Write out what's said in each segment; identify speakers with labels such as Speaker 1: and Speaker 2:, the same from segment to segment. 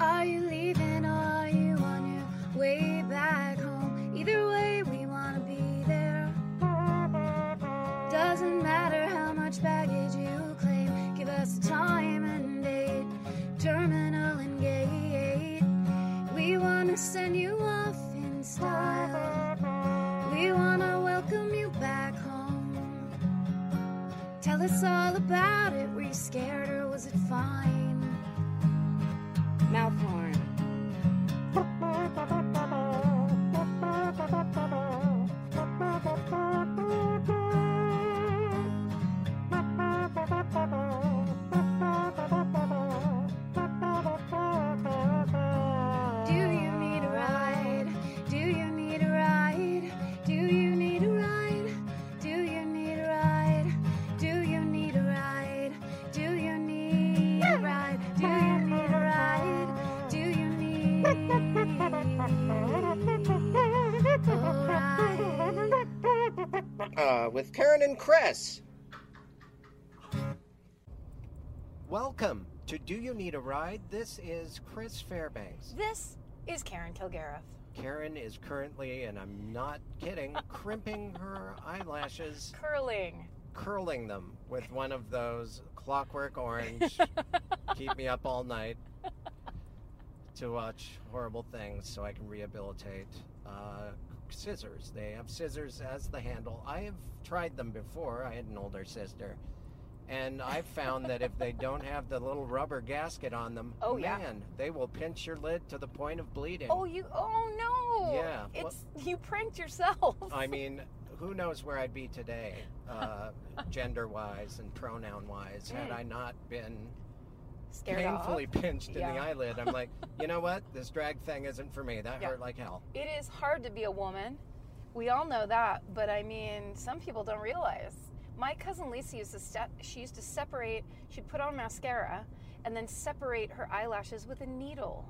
Speaker 1: Are you leaving or are you on your way back home? Either way, we want to be there. Doesn't matter how much baggage you claim, give us a time and date, terminal and gate. We want to send you off in style. We want to welcome you back home. Tell us all about it. Were you scared or was it fine? Mouth horn. Do you need a ride? Do you need a ride? Do you need a ride? Do you need a ride? Do you need a ride? Do you need a ride? Do you need a ride? Do you need a ride?
Speaker 2: uh, with Karen and Chris. Welcome to Do You Need a Ride? This is Chris Fairbanks.
Speaker 3: This is Karen Kilgariff.
Speaker 2: Karen is currently, and I'm not kidding, crimping her eyelashes,
Speaker 3: Curling.
Speaker 2: curling them with one of those clockwork orange, keep me up all night to watch horrible things so I can rehabilitate. Uh, scissors. They have scissors as the handle. I have tried them before. I had an older sister. And I found that if they don't have the little rubber gasket on them,
Speaker 3: Oh, yeah.
Speaker 2: man, they will pinch your lid to the point of bleeding.
Speaker 3: Oh, you. Oh no.
Speaker 2: Yeah, well-
Speaker 3: It's you pranked yourself.
Speaker 2: I mean, who knows where I'd be today, uh, gender wise and pronoun wise, had
Speaker 3: Mm.
Speaker 2: I not been
Speaker 3: Scared
Speaker 2: painfully pinched in the
Speaker 3: Yeah.
Speaker 2: eyelid. I'm like, you know what? This drag thing isn't for me. That
Speaker 3: Yeah.
Speaker 2: hurt like hell.
Speaker 3: off. It is hard to be a woman. We all know that, but I mean, some people don't realize. My cousin Lisa used to step. She used to separate. She'd put on mascara and then separate her eyelashes with a needle,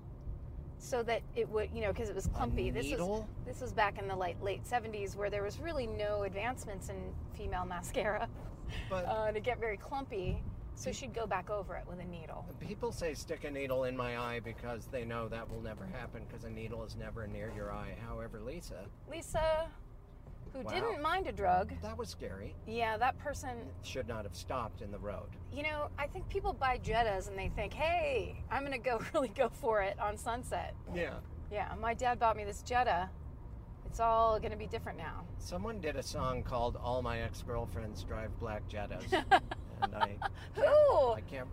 Speaker 3: so that it would, you know, because it was clumpy.
Speaker 2: A
Speaker 3: This is
Speaker 2: needle?
Speaker 3: This was back in the late late 70s where there was really no advancements in female mascara.
Speaker 2: But-
Speaker 3: uh, and it get very clumpy, so she'd go back over it with a needle.
Speaker 2: People say stick a needle in my eye because they know that will never happen because a needle is never near your eye. However, Lisa,
Speaker 3: Lisa, who
Speaker 2: Wow.
Speaker 3: didn't mind a drug,
Speaker 2: that was scary.
Speaker 3: yeah, that person,
Speaker 2: Should not have stopped in the road.
Speaker 3: you know, I think people buy Jettas and they think, "Hey, I'm going to go really go for it on Sunset."
Speaker 2: Yeah.
Speaker 3: Yeah, my dad bought me this Jetta. It's all going to be different now.
Speaker 2: Someone did a song called All My Ex Girlfriends Drive Black Jettas. and I,
Speaker 3: Who?
Speaker 2: I can't.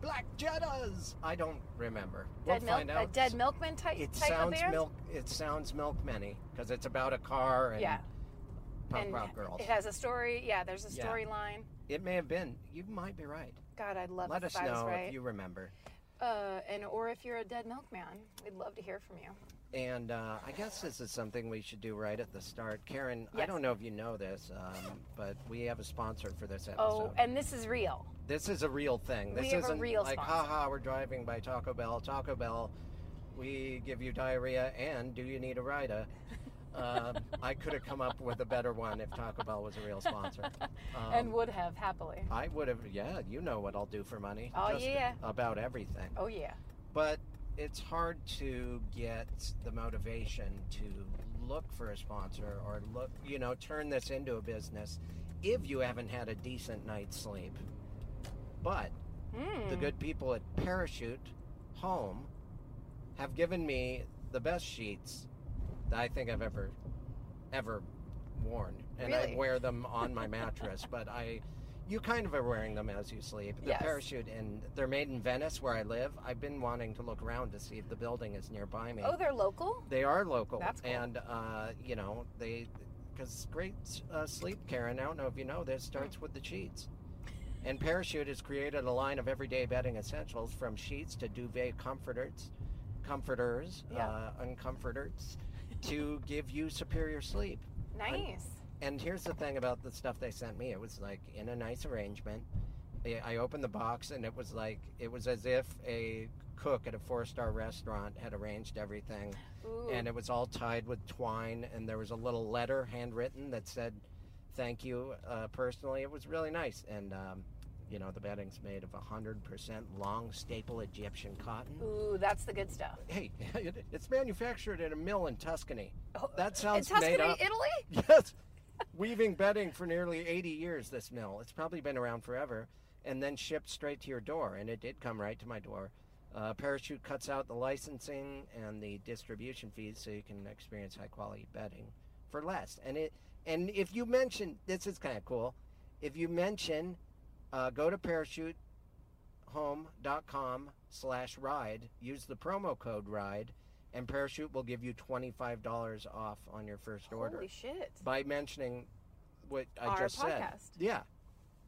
Speaker 2: Black Jettas! I don't remember.
Speaker 3: Dead
Speaker 2: we'll
Speaker 3: milk,
Speaker 2: find out.
Speaker 3: a dead milkman type
Speaker 2: It
Speaker 3: type of
Speaker 2: sounds
Speaker 3: band.
Speaker 2: milk. It sounds milk many because it's about a car and
Speaker 3: Yeah.
Speaker 2: punk
Speaker 3: and
Speaker 2: rock girls.
Speaker 3: It has a story. Yeah, there's a
Speaker 2: Yeah.
Speaker 3: storyline.
Speaker 2: It may have been. You might be right.
Speaker 3: God, I'd love
Speaker 2: Let us
Speaker 3: if I was
Speaker 2: know
Speaker 3: right.
Speaker 2: if you remember.
Speaker 3: Uh, and or if you're a dead milkman, we'd love to hear from you.
Speaker 2: And uh, I guess this is something we should do right at the start. Karen, I
Speaker 3: Yes.
Speaker 2: don't know if you know this, um, but we have a sponsor for this episode.
Speaker 3: Oh, and this is real.
Speaker 2: this is a real thing.
Speaker 3: We
Speaker 2: This
Speaker 3: have a
Speaker 2: isn't
Speaker 3: real
Speaker 2: like,
Speaker 3: sponsor.
Speaker 2: haha, we're driving by Taco Bell. Taco Bell, we give you diarrhea and do you need a rider? Um, I could have come up with a better one if Taco Bell was a real sponsor. Um,
Speaker 3: and would have happily.
Speaker 2: I would have, yeah, you know what I'll do for money.
Speaker 3: Oh,
Speaker 2: Just
Speaker 3: yeah.
Speaker 2: About everything
Speaker 3: Oh yeah.
Speaker 2: but it's hard to get the motivation to look for a sponsor or look, you know, turn this into a business if you haven't had a decent night's sleep. But
Speaker 3: Hmm.
Speaker 2: the good people at Parachute Home have given me the best sheets that I think I've ever ever worn. And I
Speaker 3: Really?
Speaker 2: wear them on my mattress, but I you kind of are wearing them as you sleep. The
Speaker 3: Yes.
Speaker 2: parachute and they're made in Venice where I live. I've been wanting to look around to see if the building is nearby me.
Speaker 3: Oh, they're local.
Speaker 2: They are local,
Speaker 3: That's cool.
Speaker 2: and uh, you know they, because great uh, sleep, Karen. I don't know if you know this starts with the sheets. And Parachute has created a line of everyday bedding essentials from sheets to duvet comforters, comforters,
Speaker 3: Yeah.
Speaker 2: uh, uncomforters, to give you superior sleep.
Speaker 3: Nice.
Speaker 2: And here's the thing about the stuff they sent me. It was like in a nice arrangement. I- I opened the box and it was like it was as if a cook at a four-star restaurant had arranged everything
Speaker 3: Ooh.
Speaker 2: and it was all tied with twine and there was a little letter handwritten that said thank you uh, personally. It was really nice. And, um, you know, the bedding's made of 100% long staple Egyptian cotton.
Speaker 3: Ooh, that's the good stuff.
Speaker 2: Hey, it, it's manufactured at a mill in Tuscany.
Speaker 3: Oh,
Speaker 2: That
Speaker 3: In
Speaker 2: sounds
Speaker 3: Tuscany,
Speaker 2: made up.
Speaker 3: Italy?
Speaker 2: Yes. Weaving bedding for nearly 80 years, this mill. It's probably been around forever. And then shipped straight to your door. And it did come right to my door. Uh, Parachute cuts out the licensing and the distribution fees so you can experience high quality bedding for less. And it and if you mention this is kind of cool. If you mention uh, go to parachutehome.com slash ride, use the promo code ride, and Parachute will give you twenty five dollars off on your first order
Speaker 3: Holy shit.
Speaker 2: by mentioning what I
Speaker 3: Our
Speaker 2: just said.
Speaker 3: podcast.
Speaker 2: Yeah,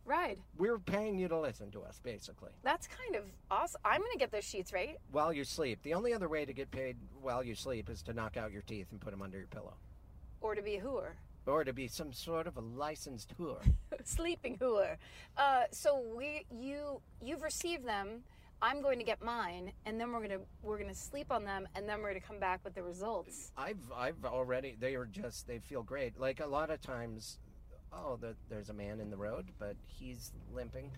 Speaker 3: Ride.
Speaker 2: we're paying you to listen to us basically
Speaker 3: That's kind of awesome. I'm going to get those sheets, right?
Speaker 2: while you sleep. The only other way to get paid while you sleep is to knock out your teeth and put them under your pillow,
Speaker 3: Or to be a hooer.
Speaker 2: or to be some sort of a licensed whore.
Speaker 3: Sleeping hooer. Uh, so we, you, you've received them. I'm going to get mine, and then we're gonna we're gonna sleep on them, and then we're gonna come back with the results.
Speaker 2: I've I've already they are just they feel great. Like a lot of times, oh, there, there's a man in the road, but he's limping.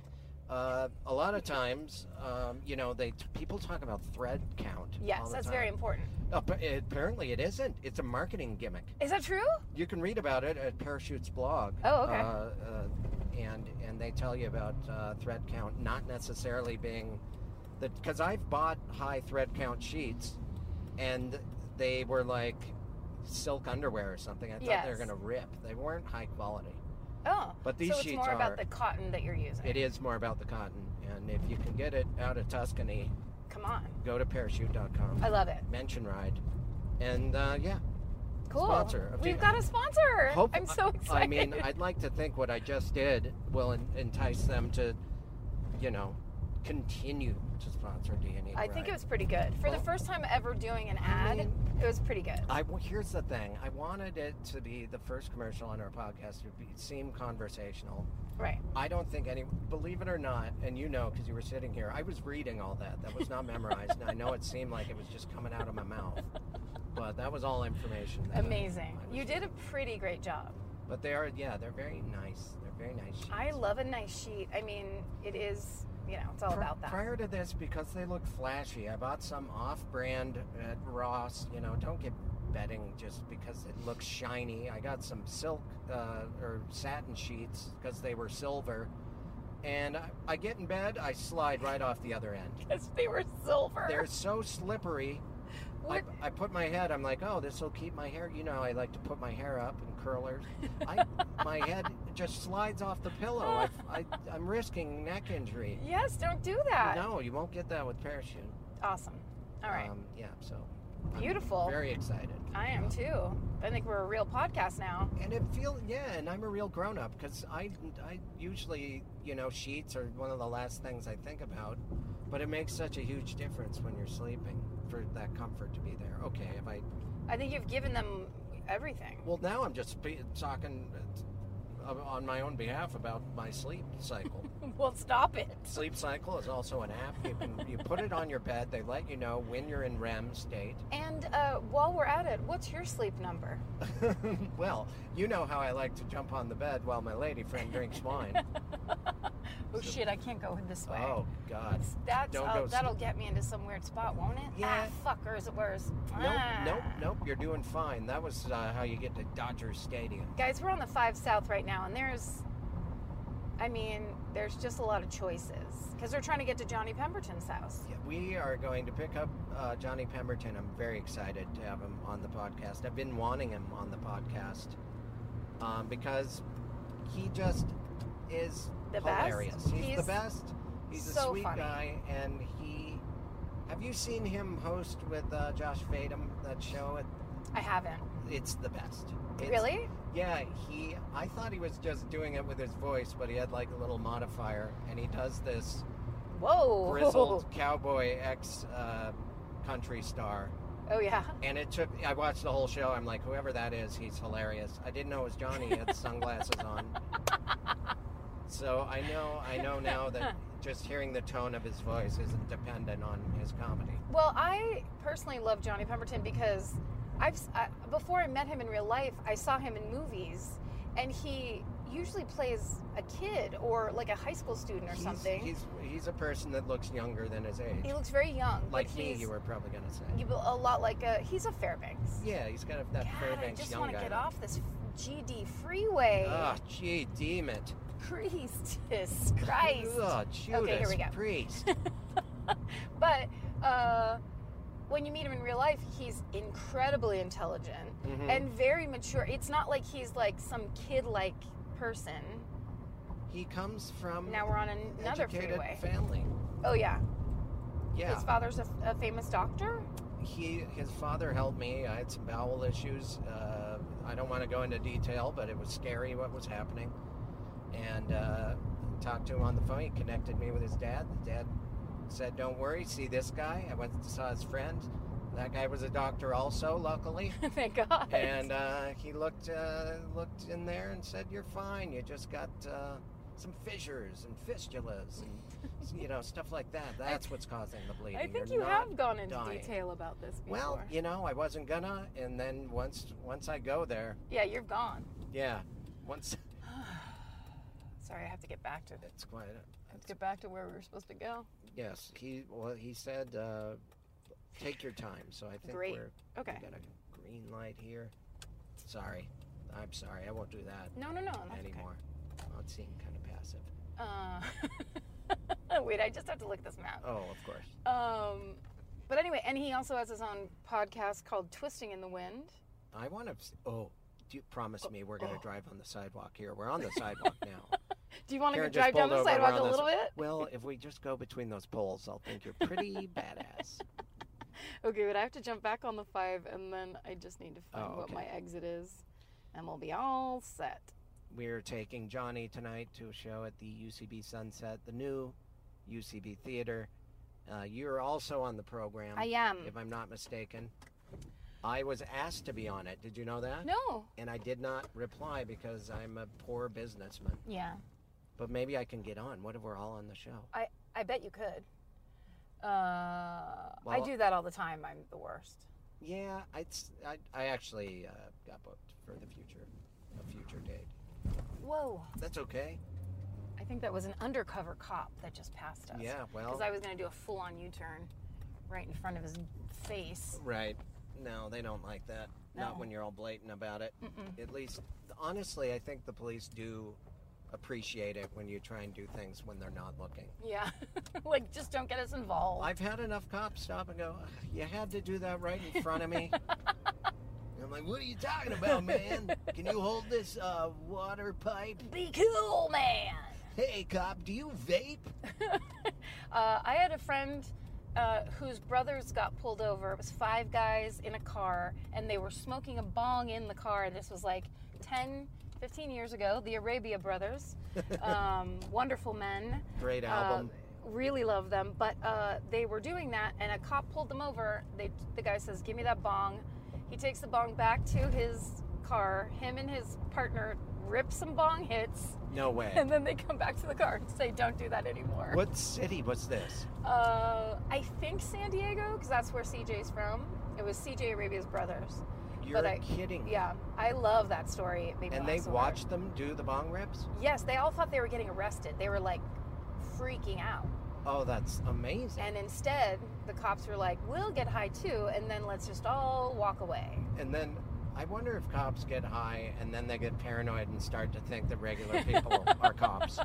Speaker 2: Uh, a lot of times, um, you know, they people talk about thread count. all
Speaker 3: Yes,
Speaker 2: the
Speaker 3: that's
Speaker 2: time.
Speaker 3: very important.
Speaker 2: Appa- Apparently, it isn't. It's a marketing gimmick.
Speaker 3: Is that true?
Speaker 2: you can read about it at Parachute's blog.
Speaker 3: Oh, okay.
Speaker 2: Uh, uh, and and they tell you about uh, thread count not necessarily being the because I've bought high thread count sheets, and they were like silk underwear or something. I thought they were
Speaker 3: Yes.
Speaker 2: going to rip. They weren't high quality.
Speaker 3: Oh,
Speaker 2: But these
Speaker 3: so it's
Speaker 2: sheets
Speaker 3: more
Speaker 2: are-
Speaker 3: about the cotton that you're using.
Speaker 2: It is more about the cotton, and if you can get it out of Tuscany,
Speaker 3: Come on,
Speaker 2: go to parachute.com.
Speaker 3: I love it.
Speaker 2: Mention ride, and uh, yeah,
Speaker 3: Cool.
Speaker 2: Sponsor of
Speaker 3: We've
Speaker 2: the-
Speaker 3: got a sponsor.
Speaker 2: Hope-
Speaker 3: I'm so excited.
Speaker 2: I mean, I'd like to think what I just did will en- entice them to, you know, continue to sponsor DNA.
Speaker 3: I think it was pretty good for the
Speaker 2: Well,
Speaker 3: first time ever doing an ad. it was pretty good.
Speaker 2: I w- here's the thing. I wanted it to be the first commercial on our podcast to be, seem conversational.
Speaker 3: Right.
Speaker 2: I don't think any. Believe it or not, and you know because you were sitting here. I was reading all that. That was not memorized. and I know it seemed like it was just coming out of my mouth, but that was all information. That I-
Speaker 3: Amazing.
Speaker 2: I was
Speaker 3: You did a pretty great job.
Speaker 2: But they are. Yeah, they're very nice. They're very nice.
Speaker 3: I
Speaker 2: sheets.
Speaker 3: love a nice sheet. I mean, it is, you know, it's all
Speaker 2: Pri-
Speaker 3: about that.
Speaker 2: Prior to this, because they look flashy, I bought some off-brand at Ross. You know, don't get bedding just because it looks shiny. I got some silk uh, or satin sheets because they were silver, and I, I get in bed, I slide right off the other end.
Speaker 3: Because they were silver.
Speaker 2: They're so slippery. I,
Speaker 3: What-
Speaker 2: I put my head. I'm like, oh, this will keep my hair. You know, I like to put my hair up in curlers. I, my head just slides off the pillow. I, I, I'm risking neck injury.
Speaker 3: yes, don't do that.
Speaker 2: No, you won't get that with parachute.
Speaker 3: Awesome. All right. uh,
Speaker 2: Um, yeah, so.
Speaker 3: Beautiful.
Speaker 2: Very excited.
Speaker 3: I am too. I think we're a real podcast now.
Speaker 2: And it feel yeah, and I'm a real grown up because I I usually you know sheets are one of the last things I think about, but it makes such a huge difference when you're sleeping for that comfort to be there. Okay, if I
Speaker 3: I think you've given them everything.
Speaker 2: well now I'm just spe- talking uh, on my own behalf about my sleep cycle.
Speaker 3: Well, stop it.
Speaker 2: sleep cycle is also an app. You can you put it on your bed. They let you know when you're in REM state.
Speaker 3: And uh, while we're at it, what's your sleep number?
Speaker 2: well, you know how I like to jump on the bed while my lady friend drinks wine.
Speaker 3: Oh shit, I can't go this way.
Speaker 2: oh God.
Speaker 3: That's
Speaker 2: Don't
Speaker 3: oh,
Speaker 2: go-
Speaker 3: that'll get me into some weird spot, won't it?
Speaker 2: Yeah.
Speaker 3: Ah, fuck, or is it worse?
Speaker 2: Nope,
Speaker 3: Ah.
Speaker 2: nope, nope. You're doing fine. That was uh, how you get to Dodger Stadium.
Speaker 3: Guys, we're on the five south right now, and there's, I mean, there's just a lot of choices because they're trying to get to Johnny Pemberton's house.
Speaker 2: Yeah, We are going to pick up uh, Johnny Pemberton. I'm very excited to have him on the podcast. I've been wanting him on the podcast um, because he just is
Speaker 3: The best?
Speaker 2: hilarious. He's, the
Speaker 3: He's
Speaker 2: best. He's a
Speaker 3: so
Speaker 2: sweet
Speaker 3: funny.
Speaker 2: guy, and he. Have you seen him host with uh, Josh Fadem that show at
Speaker 3: I haven't
Speaker 2: it's the best. It's-
Speaker 3: really.
Speaker 2: Yeah, he. I thought he was just doing it with his voice, but he had like a little modifier, and he does this
Speaker 3: Whoa.
Speaker 2: grizzled cowboy ex uh, country star.
Speaker 3: Oh yeah.
Speaker 2: And it took. I watched the whole show. I'm like, whoever that is, he's hilarious. I didn't know it was Johnny. He had sunglasses on. So I know. I know now that just hearing the tone of his voice isn't dependent on his comedy.
Speaker 3: Well, I personally love Johnny Pemberton because I've s- I, before I met him in real life, I saw him in movies, and he usually plays a kid or like a high school student or
Speaker 2: He's-
Speaker 3: something.
Speaker 2: He's, he's a person that looks younger than his age.
Speaker 3: he looks very young. but
Speaker 2: like me,
Speaker 3: he's
Speaker 2: you were probably gonna say.
Speaker 3: you- a lot like a he's a Fairbanks.
Speaker 2: yeah, he's got a, that
Speaker 3: God,
Speaker 2: Fairbanks
Speaker 3: I just
Speaker 2: young
Speaker 3: want to
Speaker 2: guy.
Speaker 3: get off this GD freeway.
Speaker 2: Oh, gee, deem it.
Speaker 3: Christus Christ.
Speaker 2: Oh, Judas
Speaker 3: Okay, here we go.
Speaker 2: Priest.
Speaker 3: But uh, when you meet him in real life, he's incredibly intelligent
Speaker 2: Mhm.
Speaker 3: and very mature. It's not like he's like some kid-like person.
Speaker 2: he comes from
Speaker 3: Now we're on an- another
Speaker 2: Mm. educated
Speaker 3: freeway.
Speaker 2: family.
Speaker 3: Oh yeah,
Speaker 2: Yeah,
Speaker 3: his father's a, a famous doctor.
Speaker 2: he his father helped me. I had some bowel issues. Uh, I don't want to go into detail, but it was scary what was happening. And uh, talked to him on the phone. He connected me with his dad. The dad said, "Don't worry, see this guy." I went to saw his friend. That guy was a doctor, also. Luckily.
Speaker 3: Thank God.
Speaker 2: and uh, he looked uh, looked in there and said, "You're fine. You just got uh, some fissures and fistulas, and you know stuff like that. That's what's causing the bleeding."
Speaker 3: I think
Speaker 2: You're
Speaker 3: you
Speaker 2: not
Speaker 3: have gone into
Speaker 2: dying."
Speaker 3: detail about this before.
Speaker 2: Well, you know, I wasn't gonna, and then once once I go there,
Speaker 3: yeah, you're gone.
Speaker 2: yeah, once
Speaker 3: Sorry, I have to get back to this.
Speaker 2: it's quite.
Speaker 3: I have to get back to where we were supposed to go.
Speaker 2: Yes, he well he said, uh, "Take your time." So I think
Speaker 3: Great.
Speaker 2: we're
Speaker 3: Okay.
Speaker 2: we got a green light here. Sorry, I'm sorry. I won't do that
Speaker 3: No, no, no. That's okay.
Speaker 2: anymore. Well, it seemed kind of passive.
Speaker 3: Uh, wait, I just have to look at this map.
Speaker 2: Oh, of course.
Speaker 3: Um, but anyway, and he also has his own podcast called Twisting in the Wind.
Speaker 2: I want to. Oh, do you promise me we're going to
Speaker 3: oh.
Speaker 2: drive on the sidewalk here? We're on the sidewalk now.
Speaker 3: Do you want to
Speaker 2: Karen just
Speaker 3: drive down
Speaker 2: pulled
Speaker 3: the
Speaker 2: over, we're
Speaker 3: sidewalk
Speaker 2: on
Speaker 3: a
Speaker 2: the
Speaker 3: little bit?
Speaker 2: Well, if we just go between those poles, I'll think you're pretty badass.
Speaker 3: Okay, but I have to jump back on the five, and then I just need to find
Speaker 2: Oh,
Speaker 3: what
Speaker 2: okay.
Speaker 3: my exit is, and we'll be all set.
Speaker 2: We're taking Johnny tonight to a show at the UCB Sunset, the new UCB Theater. Uh, you're also on the program,
Speaker 3: I um, am.
Speaker 2: if I'm not mistaken. I was asked to be on it. Did you know that?
Speaker 3: No.
Speaker 2: And I did not reply because I'm a poor businessman.
Speaker 3: Yeah.
Speaker 2: But maybe I can get on. What if we're all on the show?
Speaker 3: I bet you could. Uh, I
Speaker 2: Well-
Speaker 3: do that all the time. I'm the worst.
Speaker 2: Yeah, it's, I, I actually uh, got booked for the future, a future date.
Speaker 3: Whoa.
Speaker 2: That's okay.
Speaker 3: I think that was an undercover cop that just passed us.
Speaker 2: Yeah, well,
Speaker 3: Because I was going to do a full on U turn right in front of his face.
Speaker 2: right. No, they don't like that. Not
Speaker 3: No.
Speaker 2: when you're all blatant about it.
Speaker 3: Mm-mm.
Speaker 2: At least, honestly, I think the police do appreciate it when you try and do things when they're not looking.
Speaker 3: Yeah. like, just don't get us involved.
Speaker 2: I've had enough cops stop and go, "Ugh, "You had to do that right in front of me." And I'm like, "What are you talking about, man? Can you hold this uh, water pipe?
Speaker 3: Be cool, man.
Speaker 2: Hey, cop, do you vape?"
Speaker 3: Uh, I had a friend uh, whose brothers got pulled over. It was five guys in a car, and they were smoking a bong in the car. This was like 10, 15 years ago. The Arabia Brothers, um, wonderful men.
Speaker 2: Great
Speaker 3: Uh,
Speaker 2: album.
Speaker 3: really love them, but uh, they were doing that, and a cop pulled them over. They, the guy says, "Give me that bong." He takes the bong back to his car. Him and his partner rip some bong hits,
Speaker 2: no way.
Speaker 3: and then they come back to the car and say, "Don't do that anymore."
Speaker 2: What city was this?
Speaker 3: Uh, I think San Diego, because that's where CJ's from. It was CJ Arabia's brothers.
Speaker 2: You're
Speaker 3: But I-
Speaker 2: kidding. me.
Speaker 3: Yeah, I love that story. It made me
Speaker 2: And
Speaker 3: laugh
Speaker 2: they
Speaker 3: so hard.
Speaker 2: watched them do the bong rips?
Speaker 3: Yes, they all thought they were getting arrested. They were like freaking out.
Speaker 2: Oh, that's amazing.
Speaker 3: And instead, the cops were like, "We'll get high too, and then let's just all walk away."
Speaker 2: And then I wonder if cops get high and then they get paranoid and start to think that regular people are cops.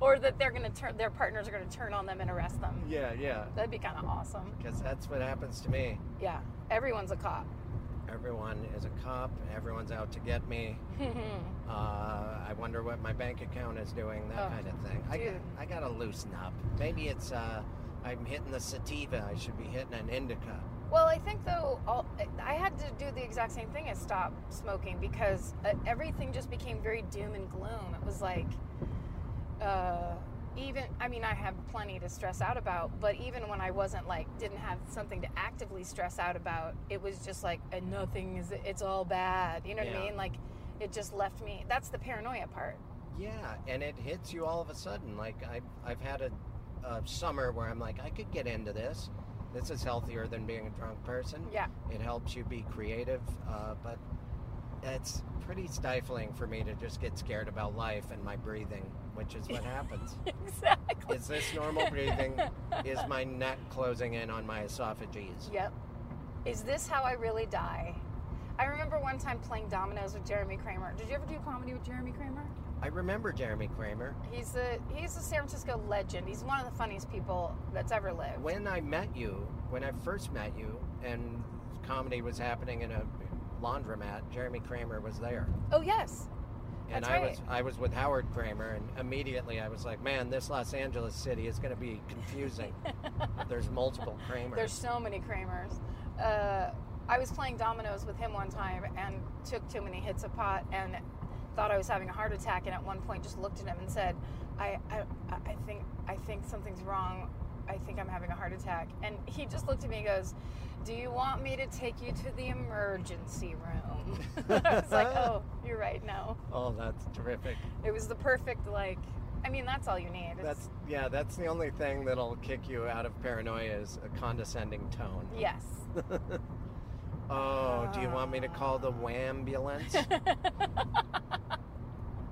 Speaker 3: Or that they're gonna turn their partners are gonna turn on them and arrest them.
Speaker 2: Yeah, yeah.
Speaker 3: That'd be kind of awesome.
Speaker 2: Because that's what happens to me.
Speaker 3: Yeah, everyone's a cop.
Speaker 2: Everyone is a cop, everyone's out to get me. Uh, I wonder what my bank account is doing, that
Speaker 3: Oh,
Speaker 2: kind of thing. I,
Speaker 3: dude.
Speaker 2: I gotta loosen up. Maybe it's uh, I'm hitting the sativa, I should be hitting an indica.
Speaker 3: Well, I think though, all, I had to do the exact same thing as stop smoking because uh, everything just became very doom and gloom. It was like, uh, even, I mean, I had plenty to stress out about, but even when I wasn't like, didn't have something to actively stress out about, it was just like, and nothing is, it's all bad. You know what
Speaker 2: Yeah.
Speaker 3: I mean? Like, it just left me, that's the paranoia part.
Speaker 2: Yeah, and it hits you all of a sudden. Like I've I've had a, a summer where I'm like, I could get into this. This is healthier than being a drunk person.
Speaker 3: Yeah.
Speaker 2: It helps you be creative, uh, but it's pretty stifling for me to just get scared about life and my breathing, which is what happens.
Speaker 3: exactly.
Speaker 2: Is this normal breathing? Is my neck closing in on my esophagus?
Speaker 3: Yep. Is this how I really die? I remember one time playing dominoes with Jeremy Kramer. Did you ever do comedy with Jeremy Kramer?
Speaker 2: I remember Jeremy Kramer.
Speaker 3: He's a he's a San Francisco legend. He's one of the funniest people that's ever lived.
Speaker 2: When I met you, when I first met you, and comedy was happening in a laundromat, Jeremy Kramer was there.
Speaker 3: oh yes.
Speaker 2: And
Speaker 3: That's
Speaker 2: I
Speaker 3: right.
Speaker 2: was I was with Howard Kramer and immediately I was like, Man, this Los Angeles city is gonna be confusing. There's multiple Kramers.
Speaker 3: There's so many Kramers. Uh, I was playing dominoes with him one time and took too many hits of pot and thought I was having a heart attack. And at one point, just looked at him and said, "I, I, I think, I think something's wrong. I think I'm having a heart attack." And he just looked at me and goes, "Do you want me to take you to the emergency room?" I was like, "Oh, you're right. No."
Speaker 2: Oh, that's terrific.
Speaker 3: It was the perfect like. I mean, that's all you need. It's-
Speaker 2: That's yeah, that's the only thing that'll kick you out of paranoia is a condescending tone.
Speaker 3: yes.
Speaker 2: Oh, do you want me to call the wambulance?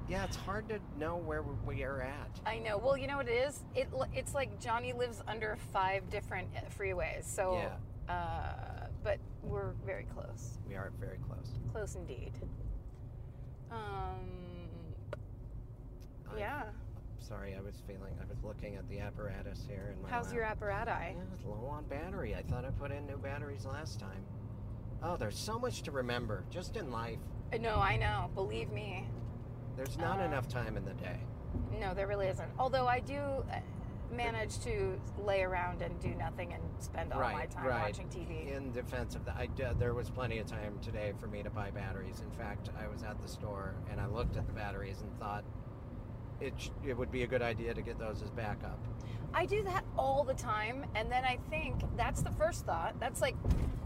Speaker 2: yeah, it's hard to know where we are at.
Speaker 3: I know. Well, you know what it is? It l- it's like Johnny lives under five different uh, freeways. So,
Speaker 2: Yeah.
Speaker 3: uh, but we're very close.
Speaker 2: We are very close.
Speaker 3: Close indeed. Um,
Speaker 2: I'm
Speaker 3: yeah.
Speaker 2: Sorry, I was feeling. I was looking at the apparatus here in my.
Speaker 3: How's
Speaker 2: lap.
Speaker 3: your apparatus?
Speaker 2: Yeah, it's low on battery. I thought I put in new batteries last time. Oh, there's so much to remember just in life.
Speaker 3: Uh, No, I know. Believe me.
Speaker 2: There's not
Speaker 3: Uh,
Speaker 2: enough time in the day.
Speaker 3: No, there really isn't. Although I do uh, manage to lay around and do nothing and spend all my
Speaker 2: Right,
Speaker 3: time
Speaker 2: right.
Speaker 3: watching TV.
Speaker 2: In defense of that, I d- there was plenty of time today for me to buy batteries. In fact, I was at the store and I looked at the batteries and thought it sh- it would be a good idea to get those as backup.
Speaker 3: I do that all the time, and then I think that's the first thought. That's like,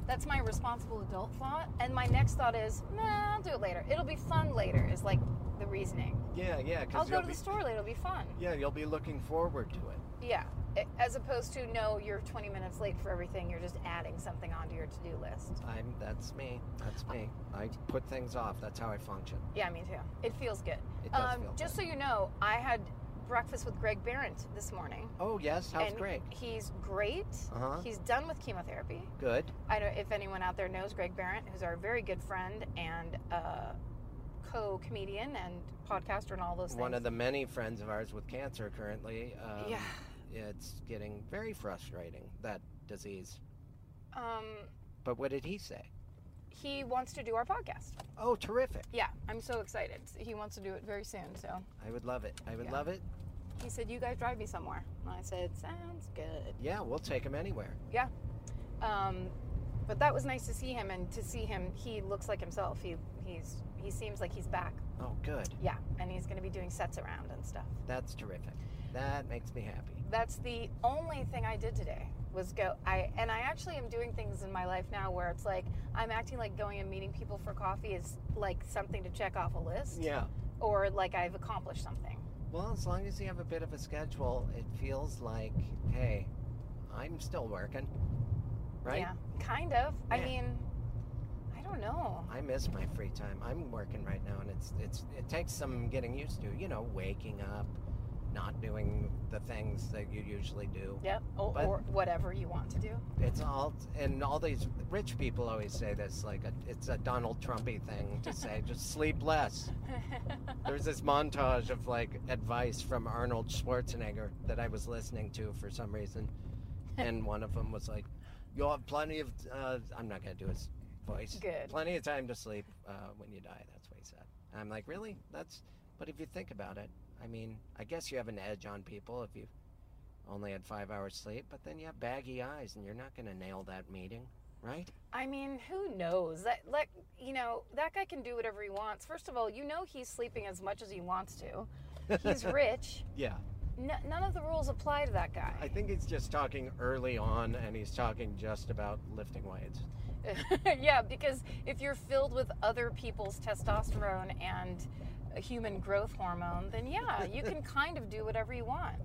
Speaker 3: that's my responsible adult thought. And my next thought is, nah, I'll do it later. It'll be fun later, is like the reasoning.
Speaker 2: Yeah, yeah. Cause
Speaker 3: I'll go
Speaker 2: you'll
Speaker 3: to
Speaker 2: be,
Speaker 3: the store later, it'll be fun.
Speaker 2: Yeah, you'll be looking forward to it.
Speaker 3: Yeah. A- As opposed to, no, you're 20 minutes late for everything, you're just adding something onto your to do list.
Speaker 2: I'm. That's me. That's me. I put things off. That's how I function.
Speaker 3: Yeah, me too. It feels good.
Speaker 2: It does
Speaker 3: um,
Speaker 2: feel
Speaker 3: just
Speaker 2: good.
Speaker 3: so you know, I had breakfast with Greg Barrett this morning.
Speaker 2: Oh yes, how's
Speaker 3: and
Speaker 2: great?
Speaker 3: He's great.
Speaker 2: Uh-huh.
Speaker 3: He's done with chemotherapy.
Speaker 2: Good.
Speaker 3: I don't if anyone out there knows Greg Barrett, who's our very good friend and uh, co-comedian and podcaster and all those things.
Speaker 2: One of the many friends of ours with cancer currently. Um,
Speaker 3: yeah.
Speaker 2: It's getting very frustrating that disease.
Speaker 3: Um,
Speaker 2: But what did he say?
Speaker 3: he wants to do our podcast.
Speaker 2: Oh, terrific!
Speaker 3: Yeah, I'm so excited. He wants to do it very soon. So
Speaker 2: I would love it. I would
Speaker 3: Yeah.
Speaker 2: love it.
Speaker 3: he said, "You guys drive me somewhere," and I said, "Sounds good."
Speaker 2: Yeah, we'll take him anywhere.
Speaker 3: Um, but that was nice to see him, and to see him, he looks like himself. He he's he seems like he's back.
Speaker 2: Oh, good.
Speaker 3: Yeah, and he's going to be doing sets around and stuff.
Speaker 2: That's terrific. That makes me happy.
Speaker 3: that's the only thing I did today was go I and I actually am doing things in my life now where it's like I'm acting like going and meeting people for coffee is like something to check off a list
Speaker 2: Yeah.
Speaker 3: or like I've accomplished something.
Speaker 2: Well, as long as you have a bit of a schedule, it feels like, hey, I'm still working, right?
Speaker 3: Yeah. Kind of. I
Speaker 2: Yeah.
Speaker 3: mean I don't know.
Speaker 2: I miss my free time. I'm working right now, and it's it's it takes some getting used to. You know, waking up, not doing the things that you usually do.
Speaker 3: Yep. Or,
Speaker 2: But-
Speaker 3: or whatever you want to do.
Speaker 2: It's all and all these rich people always say this, like a, it's a Donald Trumpy thing to say. Just sleep less. There's this montage of like advice from Arnold Schwarzenegger that I was listening to for some reason, and one of them was like, "You'll have plenty of." Uh, I'm not gonna do his voice.
Speaker 3: Good.
Speaker 2: Plenty of time to sleep uh, when you die. That's what he said. And I'm like, really? That's. But if you think about it, I mean, I guess you have an edge on people if you only had five hours sleep. But then you have baggy eyes, and you're not gonna nail that meeting, right?
Speaker 3: I mean, who knows? That like you know, that guy can do whatever he wants. First of all, you know he's sleeping as much as he wants to. He's rich.
Speaker 2: Yeah.
Speaker 3: N- none of the rules apply to that guy.
Speaker 2: I think he's just talking early on, and he's talking just about lifting weights.
Speaker 3: yeah, because if you're filled with other people's testosterone and human growth hormone, then yeah, you can kind of do whatever you want.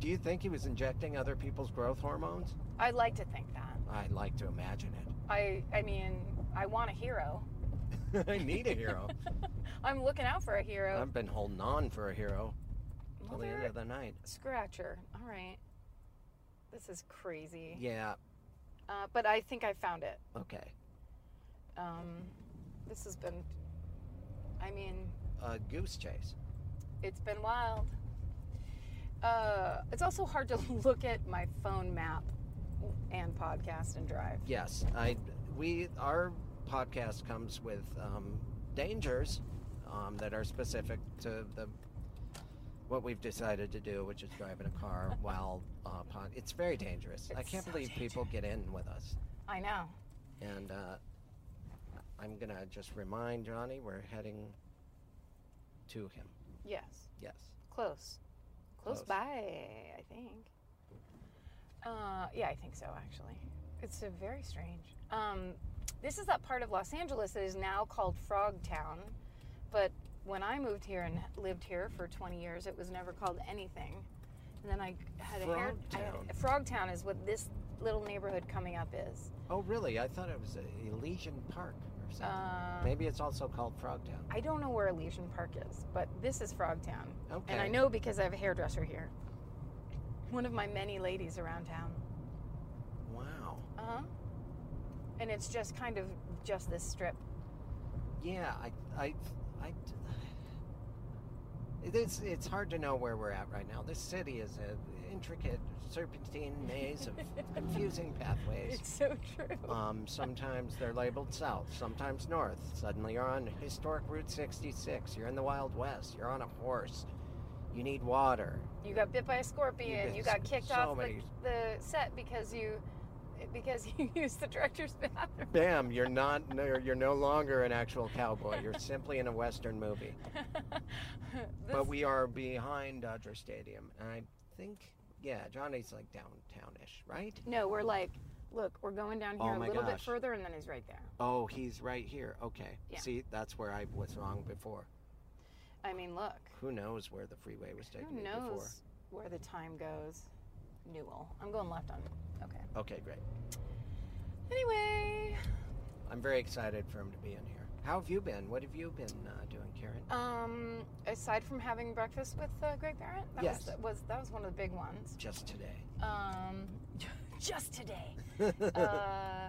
Speaker 2: Do you think he was injecting other people's growth hormones?
Speaker 3: I like to think that.
Speaker 2: I'd like to imagine it.
Speaker 3: I I mean, I want a hero.
Speaker 2: I need a hero.
Speaker 3: I'm looking out for a hero.
Speaker 2: I've been holding on for a hero till the end
Speaker 3: Mother
Speaker 2: of the night.
Speaker 3: scratcher. All right. This is crazy.
Speaker 2: Yeah.
Speaker 3: Uh, but I think I found it.
Speaker 2: Okay.
Speaker 3: Um, this has been, I mean,
Speaker 2: A goose chase.
Speaker 3: it's been wild. Uh, it's also hard to look at my phone map and podcast and drive.
Speaker 2: Yes. I. We. Our podcast comes with um, dangers um, that are specific to the what we've decided to do, which is driving a car while uh, pod. It's very dangerous. I
Speaker 3: It's
Speaker 2: can't
Speaker 3: so
Speaker 2: believe people get in with us.
Speaker 3: I know.
Speaker 2: And uh, I'm gonna just remind Johnny we're heading to him.
Speaker 3: Yes.
Speaker 2: Yes.
Speaker 3: Close. Close,
Speaker 2: Close.
Speaker 3: by, I think. Uh, yeah, I think so, actually. It's a very strange. Um, this is that part of Los Angeles that is now called Frog Town, but when I moved here and lived here for 20 years, it was never called anything. And then I had a hair. I had- Frog Town is what this little neighborhood coming up is.
Speaker 2: Oh, really? I thought it was uh, Elysian Park or something.
Speaker 3: Um,
Speaker 2: Maybe it's also called Frogtown.
Speaker 3: I don't know where Elysian Park is, but this is Frog Town.
Speaker 2: Okay.
Speaker 3: And I know because I have a hairdresser here. One of my many ladies around town.
Speaker 2: Wow.
Speaker 3: Uh huh. And it's just kind of just this strip.
Speaker 2: Yeah, I, I, I. It's it's hard to know where we're at right now. This city is a intricate serpentine maze of confusing pathways.
Speaker 3: It's so true.
Speaker 2: Um, sometimes they're labeled south, sometimes north. Suddenly you're on historic Route 66. You're in the Wild West. You're on a horse. You need water.
Speaker 3: You got bit by a scorpion.
Speaker 2: get
Speaker 3: You, got
Speaker 2: s-
Speaker 3: kicked
Speaker 2: so
Speaker 3: off
Speaker 2: many-
Speaker 3: the, the set because you because you used the director's bathroom.
Speaker 2: Bam! You're not. no, You're no longer an actual cowboy. You're simply in a western movie.
Speaker 3: This-
Speaker 2: But we are behind Dodger Stadium, and I think, yeah, Johnny's like downtownish, right?
Speaker 3: no, we're like, look, we're going down
Speaker 2: Oh
Speaker 3: here a
Speaker 2: my
Speaker 3: little bit
Speaker 2: gosh.
Speaker 3: further, and then he's right there.
Speaker 2: Oh, he's right here. Okay.
Speaker 3: Yeah.
Speaker 2: See, that's where I was wrong before.
Speaker 3: I mean, look,
Speaker 2: Who knows where the freeway was taking
Speaker 3: who
Speaker 2: me before?
Speaker 3: knows where the time goes? Newell. I'm going left on. Okay.
Speaker 2: Okay, great.
Speaker 3: Anyway,
Speaker 2: I'm very excited for him to be in here. How have you been? What have you been uh, doing, Karen?
Speaker 3: um, aside from having breakfast with uh, Greg Barrett, that
Speaker 2: Yes.
Speaker 3: was, was that was one of the big ones.
Speaker 2: Just today.
Speaker 3: Um, just today. uh,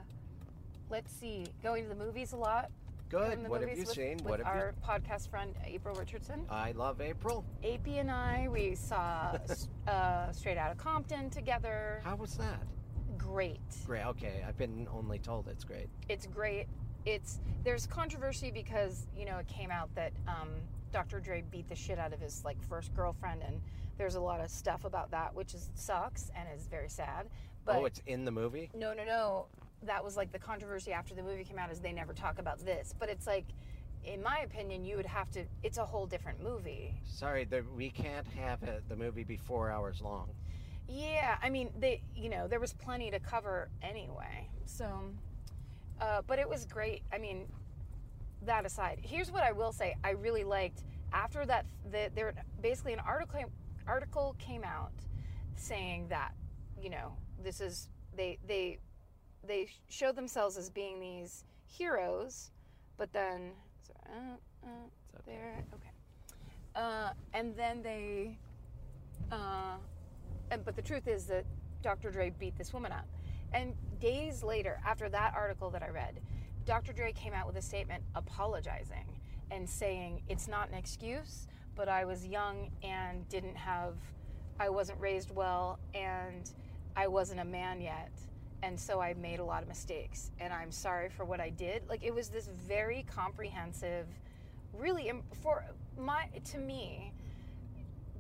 Speaker 3: let's see. Going to the movies a lot. Going to
Speaker 2: Good.
Speaker 3: the
Speaker 2: What have
Speaker 3: movies
Speaker 2: you
Speaker 3: with,
Speaker 2: seen?
Speaker 3: With
Speaker 2: What have
Speaker 3: our podcast friend April Richardson.
Speaker 2: you? I love April.
Speaker 3: AP and I, we saw uh, Straight Out of Compton together.
Speaker 2: How was that?
Speaker 3: Great.
Speaker 2: Great. Okay, I've been only told it's great.
Speaker 3: It's great. It's there's controversy because you know it came out that um, Dr. Dre beat the shit out of his like first girlfriend, and there's a lot of stuff about that, which is sucks and is very sad. But
Speaker 2: oh, it's in the movie.
Speaker 3: no, no, no. That was like the controversy after the movie came out is they never talk about this. But it's like, in my opinion, you would have to. It's a whole different movie.
Speaker 2: Sorry, the, we can't have it, the movie be four hours long.
Speaker 3: Yeah, I mean, they, you know, there was plenty to cover anyway. So, uh, but it was great. I mean, that aside, here's what I will say: I really liked after that. The, there basically an article article came out saying that you know this is they they they show themselves as being these heroes, but then so, uh, uh,
Speaker 2: It's okay.
Speaker 3: there. Okay. Uh, and then they, uh, and but the truth is that Dr. Dre beat this woman up. And days later, after that article that I read, Dr. Dre came out with a statement apologizing and saying it's not an excuse, but I was young and didn't have, I wasn't raised well, and I wasn't a man yet. And so I made a lot of mistakes, and I'm sorry for what I did. Like it was this very comprehensive, really im- for my to me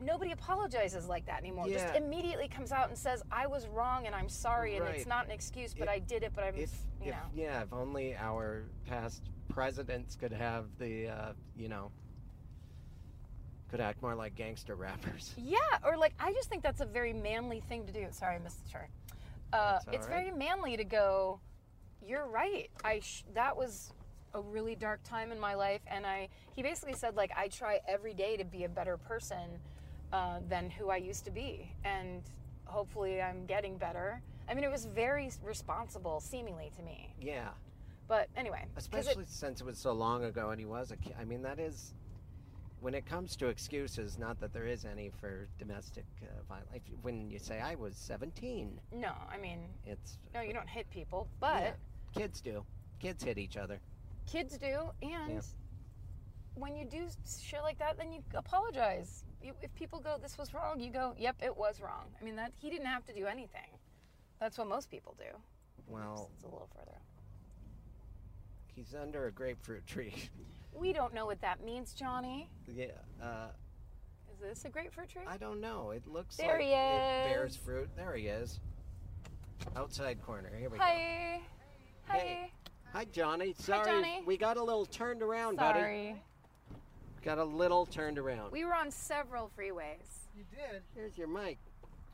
Speaker 3: nobody apologizes like that anymore just
Speaker 2: Yeah.
Speaker 3: immediately comes out and says i was wrong and i'm sorry and it's
Speaker 2: Right.
Speaker 3: not an excuse but
Speaker 2: If-
Speaker 3: i did it but i'm
Speaker 2: If,
Speaker 3: you
Speaker 2: if
Speaker 3: know
Speaker 2: yeah, if only our past presidents could have the, uh, you know, could act more like gangster rappers.
Speaker 3: yeah or like i just think that's a very manly thing to do sorry i missed the turn uh,
Speaker 2: That's all
Speaker 3: it's
Speaker 2: right.
Speaker 3: very manly to go you're right i sh- that was a really dark time in my life and i he basically said like i try every day to be a better person uh, than who i used to be and hopefully i'm getting better i mean it was very responsible seemingly to me
Speaker 2: Yeah,
Speaker 3: But anyway, 'cause it-
Speaker 2: Especially since it was so long ago and he was a kid. I mean, that is. When it comes to excuses, not that there is any for domestic uh, violence. When you say, I was 17,
Speaker 3: no, I mean,
Speaker 2: it's.
Speaker 3: no, you don't hit people, but
Speaker 2: Yeah. Kids do. Kids hit each other.
Speaker 3: kids do, and when you do shit like that, then you apologize. You, if people go, "This was wrong," you go, "Yep, it was wrong." I mean, that he didn't have to do anything. That's what most people do.
Speaker 2: Well,
Speaker 3: It's a little further.
Speaker 2: he's under a grapefruit tree.
Speaker 3: We don't know what that means, Johnny.
Speaker 2: yeah. Uh,
Speaker 3: Is this a grapefruit tree?
Speaker 2: I don't know. It looks
Speaker 3: There
Speaker 2: like
Speaker 3: he
Speaker 2: it bears
Speaker 3: is.
Speaker 2: fruit. There he is. Outside corner. Here we go.
Speaker 3: Hi. Hi.
Speaker 2: Hey. Hi, Johnny. Sorry.
Speaker 3: Johnny.
Speaker 2: We got a little turned around, buddy.
Speaker 3: Sorry.
Speaker 2: Got a little turned around.
Speaker 3: We were on several freeways.
Speaker 4: You did.
Speaker 2: Here's your mic.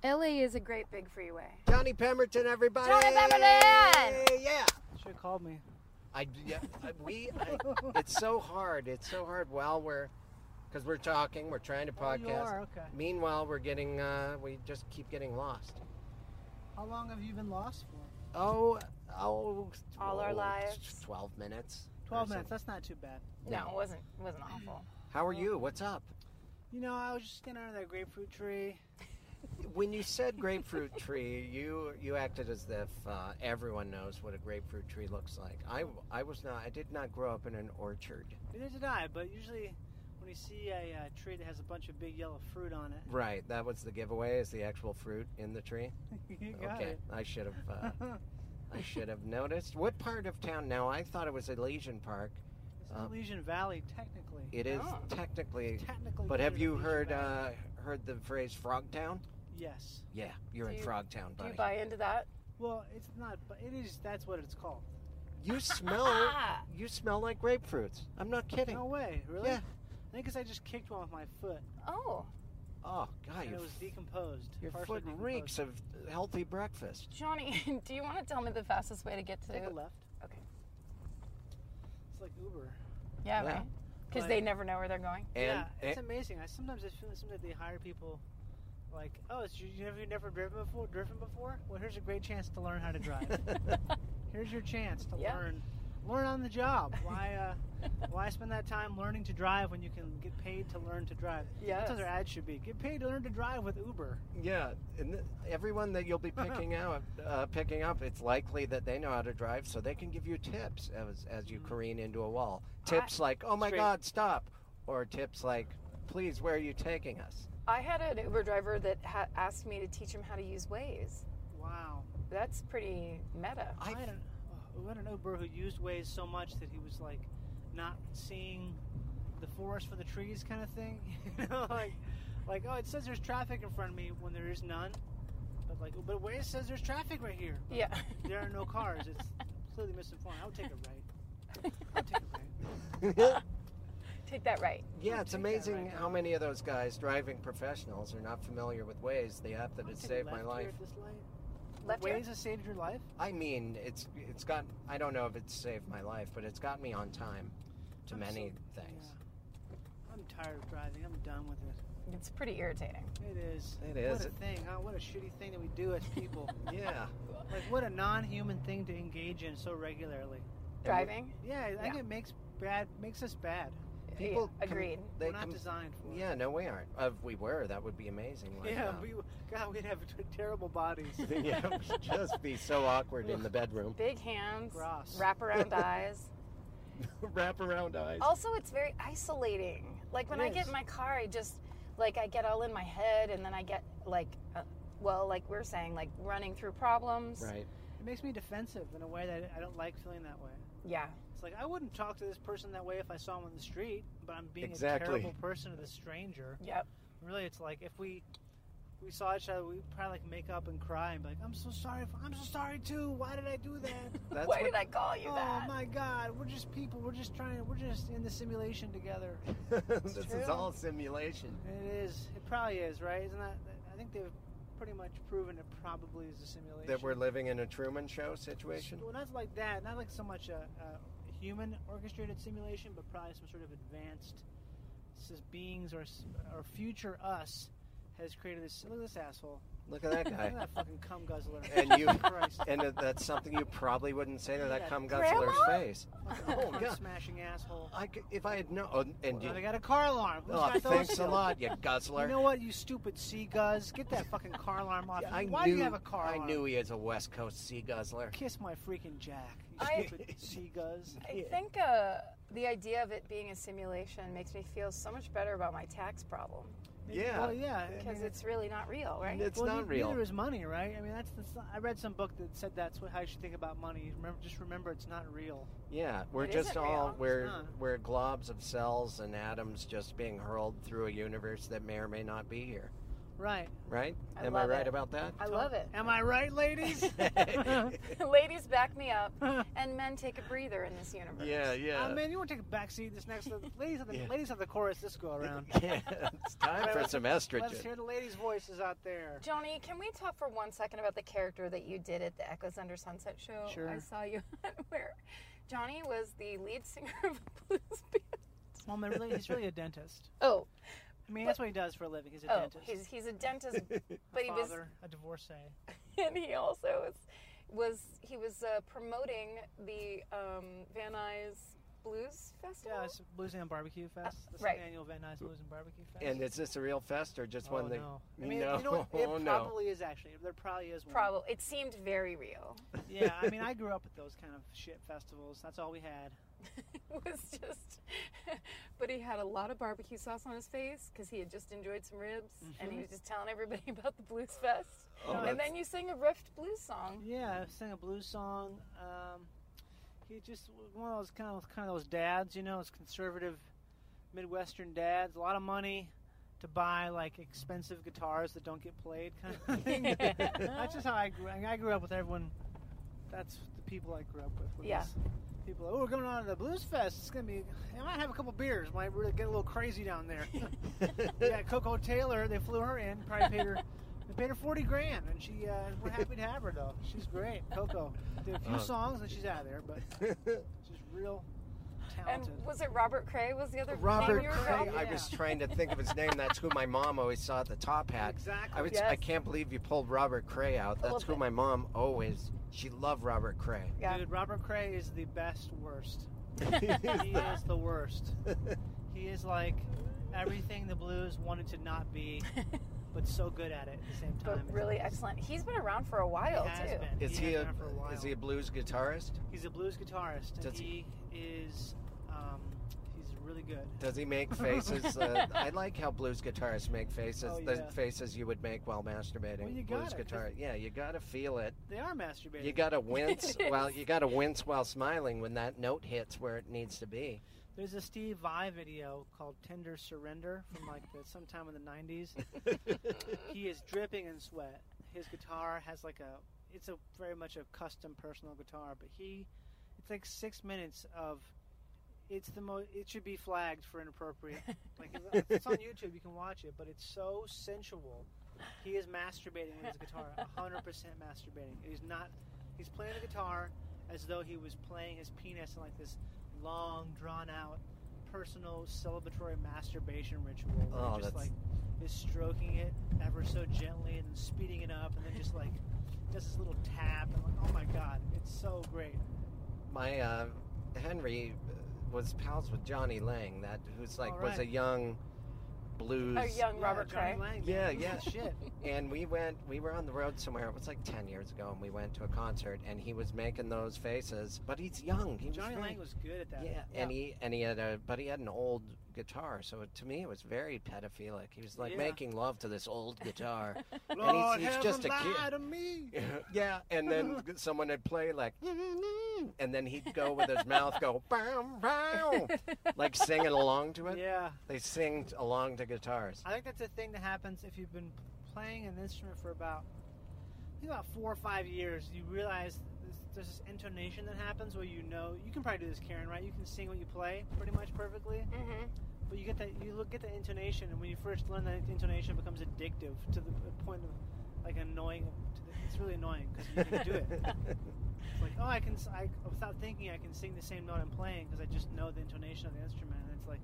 Speaker 3: LA is a great big freeway.
Speaker 2: Johnny Pemberton, everybody.
Speaker 3: Johnny Pemberton!
Speaker 2: Yeah.
Speaker 4: Should have called me.
Speaker 2: I, yeah, I- we, I, it's so hard. It's so hard while we're, because we're talking, we're trying to
Speaker 4: Oh, you
Speaker 2: podcast.
Speaker 4: are okay.
Speaker 2: Meanwhile, we're getting, uh, we just keep getting lost.
Speaker 4: How long have you been lost for?
Speaker 2: Oh, oh,
Speaker 3: All our
Speaker 2: 12
Speaker 3: lives.
Speaker 2: 12 minutes. or
Speaker 4: Twelve
Speaker 2: so.
Speaker 4: minutes. That's not too bad.
Speaker 3: No, it wasn't it wasn't awful.
Speaker 2: How are you? What's up?
Speaker 4: You know, I was just standing under that grapefruit tree.
Speaker 2: When you said grapefruit tree, you you acted as if uh, everyone knows what a grapefruit tree looks like. I, I was not. I did not grow up in an orchard.
Speaker 4: Neither did I. But usually, when you see a uh, tree that has a bunch of big yellow fruit on it,
Speaker 2: Right. That was the giveaway. Is the actual fruit in the tree?
Speaker 4: you got
Speaker 2: okay.
Speaker 4: it.
Speaker 2: I should have. Uh, I should have noticed. What part of town? Now I thought it was Elysian Park.
Speaker 4: it's
Speaker 2: uh,
Speaker 4: Elysian Valley, technically.
Speaker 2: It is
Speaker 3: Oh.
Speaker 2: technically.
Speaker 4: technically.
Speaker 2: But have
Speaker 4: considered
Speaker 2: you
Speaker 4: Elysian
Speaker 2: heard
Speaker 4: Valley.
Speaker 2: uh, heard the phrase Frog Town?
Speaker 4: yes.
Speaker 2: Yeah, you're
Speaker 3: Do
Speaker 2: in
Speaker 3: you-
Speaker 2: Frog Town,
Speaker 3: Do you
Speaker 2: buddy.
Speaker 3: buy into that?
Speaker 4: Well, it's not. But it is. That's what it's called.
Speaker 2: You smell. You smell like grapefruits. I'm not kidding.
Speaker 4: No way. Really?
Speaker 2: Yeah.
Speaker 4: I think 'cause I just kicked one with my foot
Speaker 3: oh,
Speaker 2: Oh God,
Speaker 4: and
Speaker 2: your,
Speaker 4: it was
Speaker 2: f-
Speaker 4: decomposed.
Speaker 2: your
Speaker 4: partially
Speaker 2: foot reeks of healthy breakfast.
Speaker 3: Johnny, do you want to tell me the fastest way to get
Speaker 4: decomposed. Take a
Speaker 3: to?
Speaker 4: left.
Speaker 3: Okay.
Speaker 4: It's like Uber.
Speaker 3: Yeah,
Speaker 2: Yeah.
Speaker 3: right. Because
Speaker 4: Like-
Speaker 3: they never know where they're going.
Speaker 2: And
Speaker 4: yeah,
Speaker 2: eh,
Speaker 4: it's amazing. I sometimes it feels sometimes they hire people like, oh, it's, you you never you never driven before? Driven before? Well, here's a great chance to learn how to drive. here's your chance to
Speaker 3: Yeah.
Speaker 4: learn learn on the job. Why uh, why spend that time learning to drive when you can get paid to learn to drive? That's
Speaker 3: yes.
Speaker 4: what their ad should be. Get paid to learn to drive with Uber.
Speaker 2: yeah, and th- everyone that you'll be picking out, uh, picking up, it's likely that they know how to drive, so they can give you tips as as you careen into a wall. Tips like, "Oh my
Speaker 4: Mm-hmm. Straight.
Speaker 2: God, stop," or tips like, "Please, where are you taking us?"
Speaker 3: I had an Uber driver that ha- asked me to teach him how to use Waze.
Speaker 4: Wow.
Speaker 3: That's pretty meta.
Speaker 4: I,
Speaker 2: I
Speaker 4: had an, oh, I had an Uber who used Waze so much that he was like not seeing the forest for the trees kind of thing. you know, like like oh it says there's traffic in front of me when there is none. But like but Waze says there's traffic right here. But
Speaker 3: Yeah.
Speaker 4: There are no cars. It's completely misinformed. I would take a right. I would take a right.
Speaker 3: Take that right.
Speaker 2: yeah, it's
Speaker 4: Take that
Speaker 2: amazing
Speaker 4: right.
Speaker 2: how many of those guys, driving professionals, are not familiar with Waze, the app that
Speaker 4: I'll
Speaker 2: has
Speaker 4: take a
Speaker 2: saved my
Speaker 4: left
Speaker 2: life.
Speaker 4: Here at this light.
Speaker 3: Left
Speaker 4: Waze
Speaker 3: here.
Speaker 4: has saved your life?
Speaker 2: I mean, it's it's got. I don't know if it's saved my life, but it's got me on time to
Speaker 4: I'm
Speaker 2: many
Speaker 4: so-
Speaker 2: things.
Speaker 4: yeah. I'm tired of driving. I'm done with it.
Speaker 3: It's pretty irritating.
Speaker 4: It is.
Speaker 2: It
Speaker 4: What
Speaker 2: is.
Speaker 4: a thing, huh? What a shitty thing that we do as people.
Speaker 2: Yeah.
Speaker 4: Like what a non-human thing to engage in so regularly.
Speaker 3: Driving.
Speaker 4: Yeah, I think
Speaker 3: Yeah.
Speaker 4: it makes bad makes us bad.
Speaker 2: People
Speaker 3: Yeah,
Speaker 2: com-
Speaker 3: agreed.
Speaker 2: They
Speaker 4: We're not
Speaker 2: com-
Speaker 4: designed for it.
Speaker 2: yeah, no, we aren't. Uh, If we were, that would be amazing. right
Speaker 4: Yeah,
Speaker 2: now.
Speaker 4: we God, we'd have terrible bodies.
Speaker 2: yeah, it would just be so awkward in the bedroom.
Speaker 3: Big hands.
Speaker 4: Gross.
Speaker 3: Wrap around eyes.
Speaker 2: Wrap around eyes.
Speaker 3: Also, it's very isolating. Like when
Speaker 4: It
Speaker 3: I get
Speaker 4: is.
Speaker 3: in my car, I just like I get all in my head, and then I get like, uh, well, like we we're saying, like running through problems.
Speaker 2: Right.
Speaker 4: It makes me defensive in a way that I don't like feeling that way.
Speaker 3: Yeah.
Speaker 4: It's like I wouldn't talk to this person that way if I saw him on the street, but I'm being
Speaker 2: Exactly.
Speaker 4: a terrible person to the stranger.
Speaker 3: Yep.
Speaker 4: Really, it's like if we we saw each other, we'd probably like make up and cry and be like, "I'm so sorry. For, I'm so sorry too. Why did I do that?
Speaker 2: That's
Speaker 3: Why
Speaker 2: what-
Speaker 3: did I call you
Speaker 4: oh
Speaker 3: that?
Speaker 4: my God, we're just people. We're just trying. We're just in the simulation together."
Speaker 2: this
Speaker 3: true.
Speaker 2: is all simulation.
Speaker 4: It is. It probably is, right? Isn't that? I think they've pretty much proven it probably is a simulation.
Speaker 2: That we're living in a Truman Show situation.
Speaker 4: Well, not like that. Not like so much a, a human orchestrated simulation, but probably some sort of advanced this is beings or s- or future us has created this. Look at this asshole.
Speaker 2: Look at that
Speaker 4: Look
Speaker 2: guy.
Speaker 4: at that fucking cum guzzler.
Speaker 2: And you-
Speaker 4: Christ.
Speaker 2: and that- that's something you probably wouldn't say to that cum
Speaker 3: Grandma?
Speaker 2: guzzler's face.
Speaker 4: Fucking
Speaker 2: Oh,
Speaker 4: cum
Speaker 2: God.
Speaker 4: smashing asshole.
Speaker 2: I c if I had known. Oh, and you,
Speaker 4: Now they got a car alarm. Who's
Speaker 2: oh,
Speaker 4: got those
Speaker 2: thanks a
Speaker 4: still?
Speaker 2: lot, you guzzler.
Speaker 4: You know what, you stupid sea guzz? Get that fucking car alarm off.
Speaker 2: Yeah, I
Speaker 4: Why
Speaker 2: knew,
Speaker 4: do you have a car
Speaker 2: I
Speaker 4: alarm?
Speaker 2: knew he is a West Coast sea guzzler.
Speaker 4: Kiss my freaking jack, you
Speaker 3: I-
Speaker 4: stupid sea guzz.
Speaker 3: I think uh, the idea of it being a simulation makes me feel so much better about my tax problem
Speaker 2: Yeah.
Speaker 4: Well, yeah. I
Speaker 3: because
Speaker 4: mean,
Speaker 3: it's really not real, right?
Speaker 2: It's
Speaker 4: well,
Speaker 2: not
Speaker 4: ne-
Speaker 2: real.
Speaker 4: Neither is money, right? I mean, that's the. I read some book that said that's what, how you should think about money. Remember, just remember, it's not real.
Speaker 2: Yeah, we're
Speaker 3: It
Speaker 2: just
Speaker 3: isn't
Speaker 2: all
Speaker 3: real.
Speaker 2: we're
Speaker 4: It's not.
Speaker 2: we're globs of cells and atoms just being hurled through a universe that may or may not be here.
Speaker 4: Right.
Speaker 2: Right?
Speaker 3: I
Speaker 2: Am I
Speaker 3: love
Speaker 2: right
Speaker 3: it.
Speaker 2: about that?
Speaker 3: I love it.
Speaker 4: Am I right, ladies? Uh,
Speaker 3: Ladies, back me up, and men take a breather in this universe.
Speaker 2: yeah, yeah.
Speaker 4: Oh, man, you want to take a back seat this next? ladies, have the
Speaker 2: Yeah.
Speaker 4: ladies have the chorus this go around.
Speaker 2: Yeah, it's time for some
Speaker 4: Let's
Speaker 2: estrogen.
Speaker 4: hear the ladies' voices out there.
Speaker 3: Johnny, can we talk for one second about the character that you did at the Echoes Under Sunset show?
Speaker 4: Sure.
Speaker 3: I saw you where Johnny was the lead singer of a blues band.
Speaker 4: Well, man, really, he's really a dentist.
Speaker 3: Oh,
Speaker 4: I mean, that's what he does for a living. He's a
Speaker 3: oh,
Speaker 4: dentist.
Speaker 3: he's he's a dentist, but
Speaker 4: a
Speaker 3: he
Speaker 4: father,
Speaker 3: was
Speaker 4: a divorcee.
Speaker 3: and he also was was he was uh, promoting the um, Van Nuys Blues Festival.
Speaker 4: Yeah, it's Blues and Barbecue Fest. This
Speaker 3: right.
Speaker 4: is the annual Van Nuys Blues and Barbecue Fest.
Speaker 2: And is this a real fest or just
Speaker 4: oh,
Speaker 2: one that
Speaker 4: no. I mean,
Speaker 2: No,
Speaker 4: you know what? It
Speaker 2: oh, no.
Speaker 4: probably is actually. There probably is one.
Speaker 3: Probably it seemed very real.
Speaker 4: Yeah, I mean, I grew up with those kind of shit festivals. That's all we had.
Speaker 3: It was just, but he had a lot of barbecue sauce on his face because he had just enjoyed some ribs, and he was just telling everybody about the Blues Fest.
Speaker 2: Oh,
Speaker 3: and
Speaker 2: that's-
Speaker 3: then you sing a riffed blues song.
Speaker 4: Yeah, I sang a blues song. Um, he just was one of those kind of kind of those dads, you know, those conservative Midwestern dads. A lot of money to buy like expensive guitars that don't get played, kind of thing. That's just how I grew. I grew up with everyone. That's the people I grew up with. with
Speaker 3: Yeah.
Speaker 4: this- People, oh, we're going on to the blues fest. It's gonna be. I might have a couple beers. Might really get a little crazy down there. yeah, Coco Taylor. They flew her in. Probably paid her. They paid her forty grand, and she. Uh, we're happy to have her though. She's great, Coco. Did a few
Speaker 2: Oh.
Speaker 4: songs, and she's out of there. But she's real
Speaker 3: And
Speaker 4: talented.
Speaker 3: was it Robert Cray? Was the other name
Speaker 2: Robert
Speaker 3: you were
Speaker 2: Cray.
Speaker 3: going-
Speaker 2: I was trying to think of his name. That's who my mom always saw at the top hat.
Speaker 4: Exactly.
Speaker 2: I, was, I
Speaker 3: Yes.
Speaker 2: can't believe you pulled Robert Cray out. That's
Speaker 3: Pulled
Speaker 2: who
Speaker 3: it.
Speaker 2: my mom always. She loved Robert Cray.
Speaker 3: Yeah.
Speaker 4: Dude, Robert Cray is the best worst. he is the worst. He is like everything the blues wanted to not be, but so good at it at the same time.
Speaker 3: But really excellent. He's been around for a while
Speaker 4: He has
Speaker 3: too.
Speaker 4: been.
Speaker 2: Is he
Speaker 4: has
Speaker 2: a,
Speaker 4: been for a while.
Speaker 2: is he a blues guitarist?
Speaker 4: He's a blues guitarist, and
Speaker 2: Does
Speaker 4: he is um, he's really good.
Speaker 2: Does he make faces? Uh, I like how blues guitarists make faces.
Speaker 4: Oh,
Speaker 2: The
Speaker 4: yeah.
Speaker 2: faces you would make while masturbating.
Speaker 4: Well, you
Speaker 2: blues
Speaker 4: gotta, 'cause-
Speaker 2: guitar. Yeah, you gotta feel it.
Speaker 4: They are masturbating.
Speaker 2: You gotta wince.
Speaker 3: It
Speaker 2: well,
Speaker 3: is.
Speaker 2: you gotta wince while smiling when that note hits where it needs to be.
Speaker 4: There's a Steve Vai video called "Tender Surrender" from like the, sometime in the '90s. he is dripping in sweat. His guitar has like a it's a very much a custom personal guitar, but he it's like six minutes of it's the most it should be flagged for inappropriate. Like if it's on YouTube, you can watch it, but it's so sensual. He is masturbating with his guitar, hundred percent masturbating. He's not he's playing the guitar as though he was playing his penis in like this long drawn out personal celebratory masturbation ritual where
Speaker 2: Oh,
Speaker 4: he just
Speaker 2: that's-
Speaker 4: like is stroking it ever so gently and then speeding it up and then just like does this little tap and like oh my god it's so great
Speaker 2: My uh, Henry uh, was pals with Johnny Lang. That who's like
Speaker 4: All
Speaker 2: was
Speaker 4: right.
Speaker 2: a young blues.
Speaker 3: A young
Speaker 4: Yeah,
Speaker 3: Robert
Speaker 4: Johnny
Speaker 3: Cray.
Speaker 4: Lang,
Speaker 2: Yeah,
Speaker 4: man,
Speaker 2: yeah.
Speaker 4: shit
Speaker 2: And we went, we were on the road somewhere. It was like 10 years ago, and we went to a concert, and he was making those faces. But he's young. He was
Speaker 4: Johnny
Speaker 2: very-
Speaker 4: Lang was good at that
Speaker 2: Yeah, and he and he had a, but he had an old guitar. So it, to me, it was very pedophilic. He was like
Speaker 4: Yeah.
Speaker 2: making love to this old guitar. and he's-
Speaker 4: Lord,
Speaker 2: he's
Speaker 4: have
Speaker 2: just a
Speaker 4: lie
Speaker 2: kid.
Speaker 4: to me
Speaker 2: yeah, and then someone would play like, and then he'd go with his mouth go, bow, bow, like singing along to it.
Speaker 4: yeah
Speaker 2: They sing along to guitars.
Speaker 4: I think that's a thing that happens if you've been playing an instrument for about, I think about four or five years. You realize this, there's this intonation that happens where you know you can probably do this, Karen, right? You can sing what you play pretty much perfectly,
Speaker 3: hmm
Speaker 4: but you get that you look get the intonation, and when you first learn that intonation, it becomes addictive to the point of like annoying. To the, it's really annoying because you can do it. It's like, oh, I can, s- I, without thinking, I can sing the same note I'm playing because I just know the intonation of the instrument. And it's like,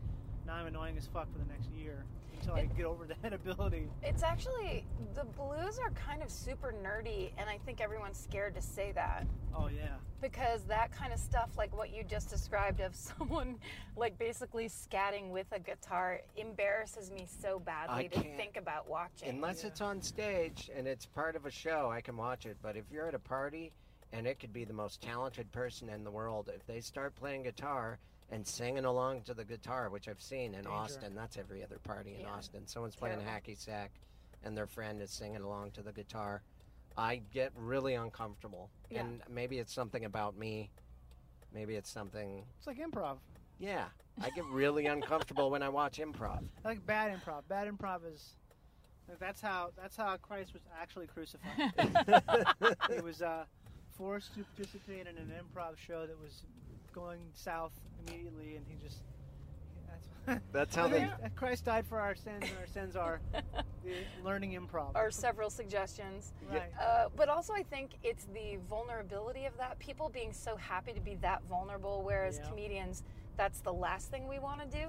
Speaker 4: now I'm annoying as fuck for the next year until I get over that ability.
Speaker 3: It's actually the blues are kind of super nerdy, and I think everyone's scared to say that
Speaker 4: Oh yeah,
Speaker 3: because that kind of stuff, like what you just described of someone like basically scatting with a guitar, embarrasses me so badly
Speaker 2: I
Speaker 3: to
Speaker 2: can't-
Speaker 3: think about watching.
Speaker 2: Unless
Speaker 4: Yeah.
Speaker 2: it's on stage and it's part of a show, I can watch it. But if you're at a party and it could be the most talented person in the world, if they start playing guitar and singing along to the guitar, which I've seen in
Speaker 4: Danger.
Speaker 2: Austin, that's every other party in
Speaker 3: Yeah.
Speaker 2: Austin. Someone's playing
Speaker 3: Terrible.
Speaker 2: hacky sack and their friend is singing along to the guitar. I get really uncomfortable.
Speaker 3: Yeah.
Speaker 2: And maybe it's something about me. Maybe it's something.
Speaker 4: it's like improv.
Speaker 2: Yeah. I get really uncomfortable when I watch improv.
Speaker 4: I like bad improv. Bad improv is like, that's how that's how Christ was actually crucified. he was uh, forced to participate in an improv show that was going south immediately, and he just that's
Speaker 2: That's how they.
Speaker 4: Yeah, Christ died for our sins, and our sins are the learning improv.
Speaker 3: or several suggestions.
Speaker 4: right.
Speaker 3: Uh, but also, I think it's the vulnerability of that. People being so happy to be that vulnerable, whereas
Speaker 4: Yeah.
Speaker 3: comedians, that's the last thing we want to do.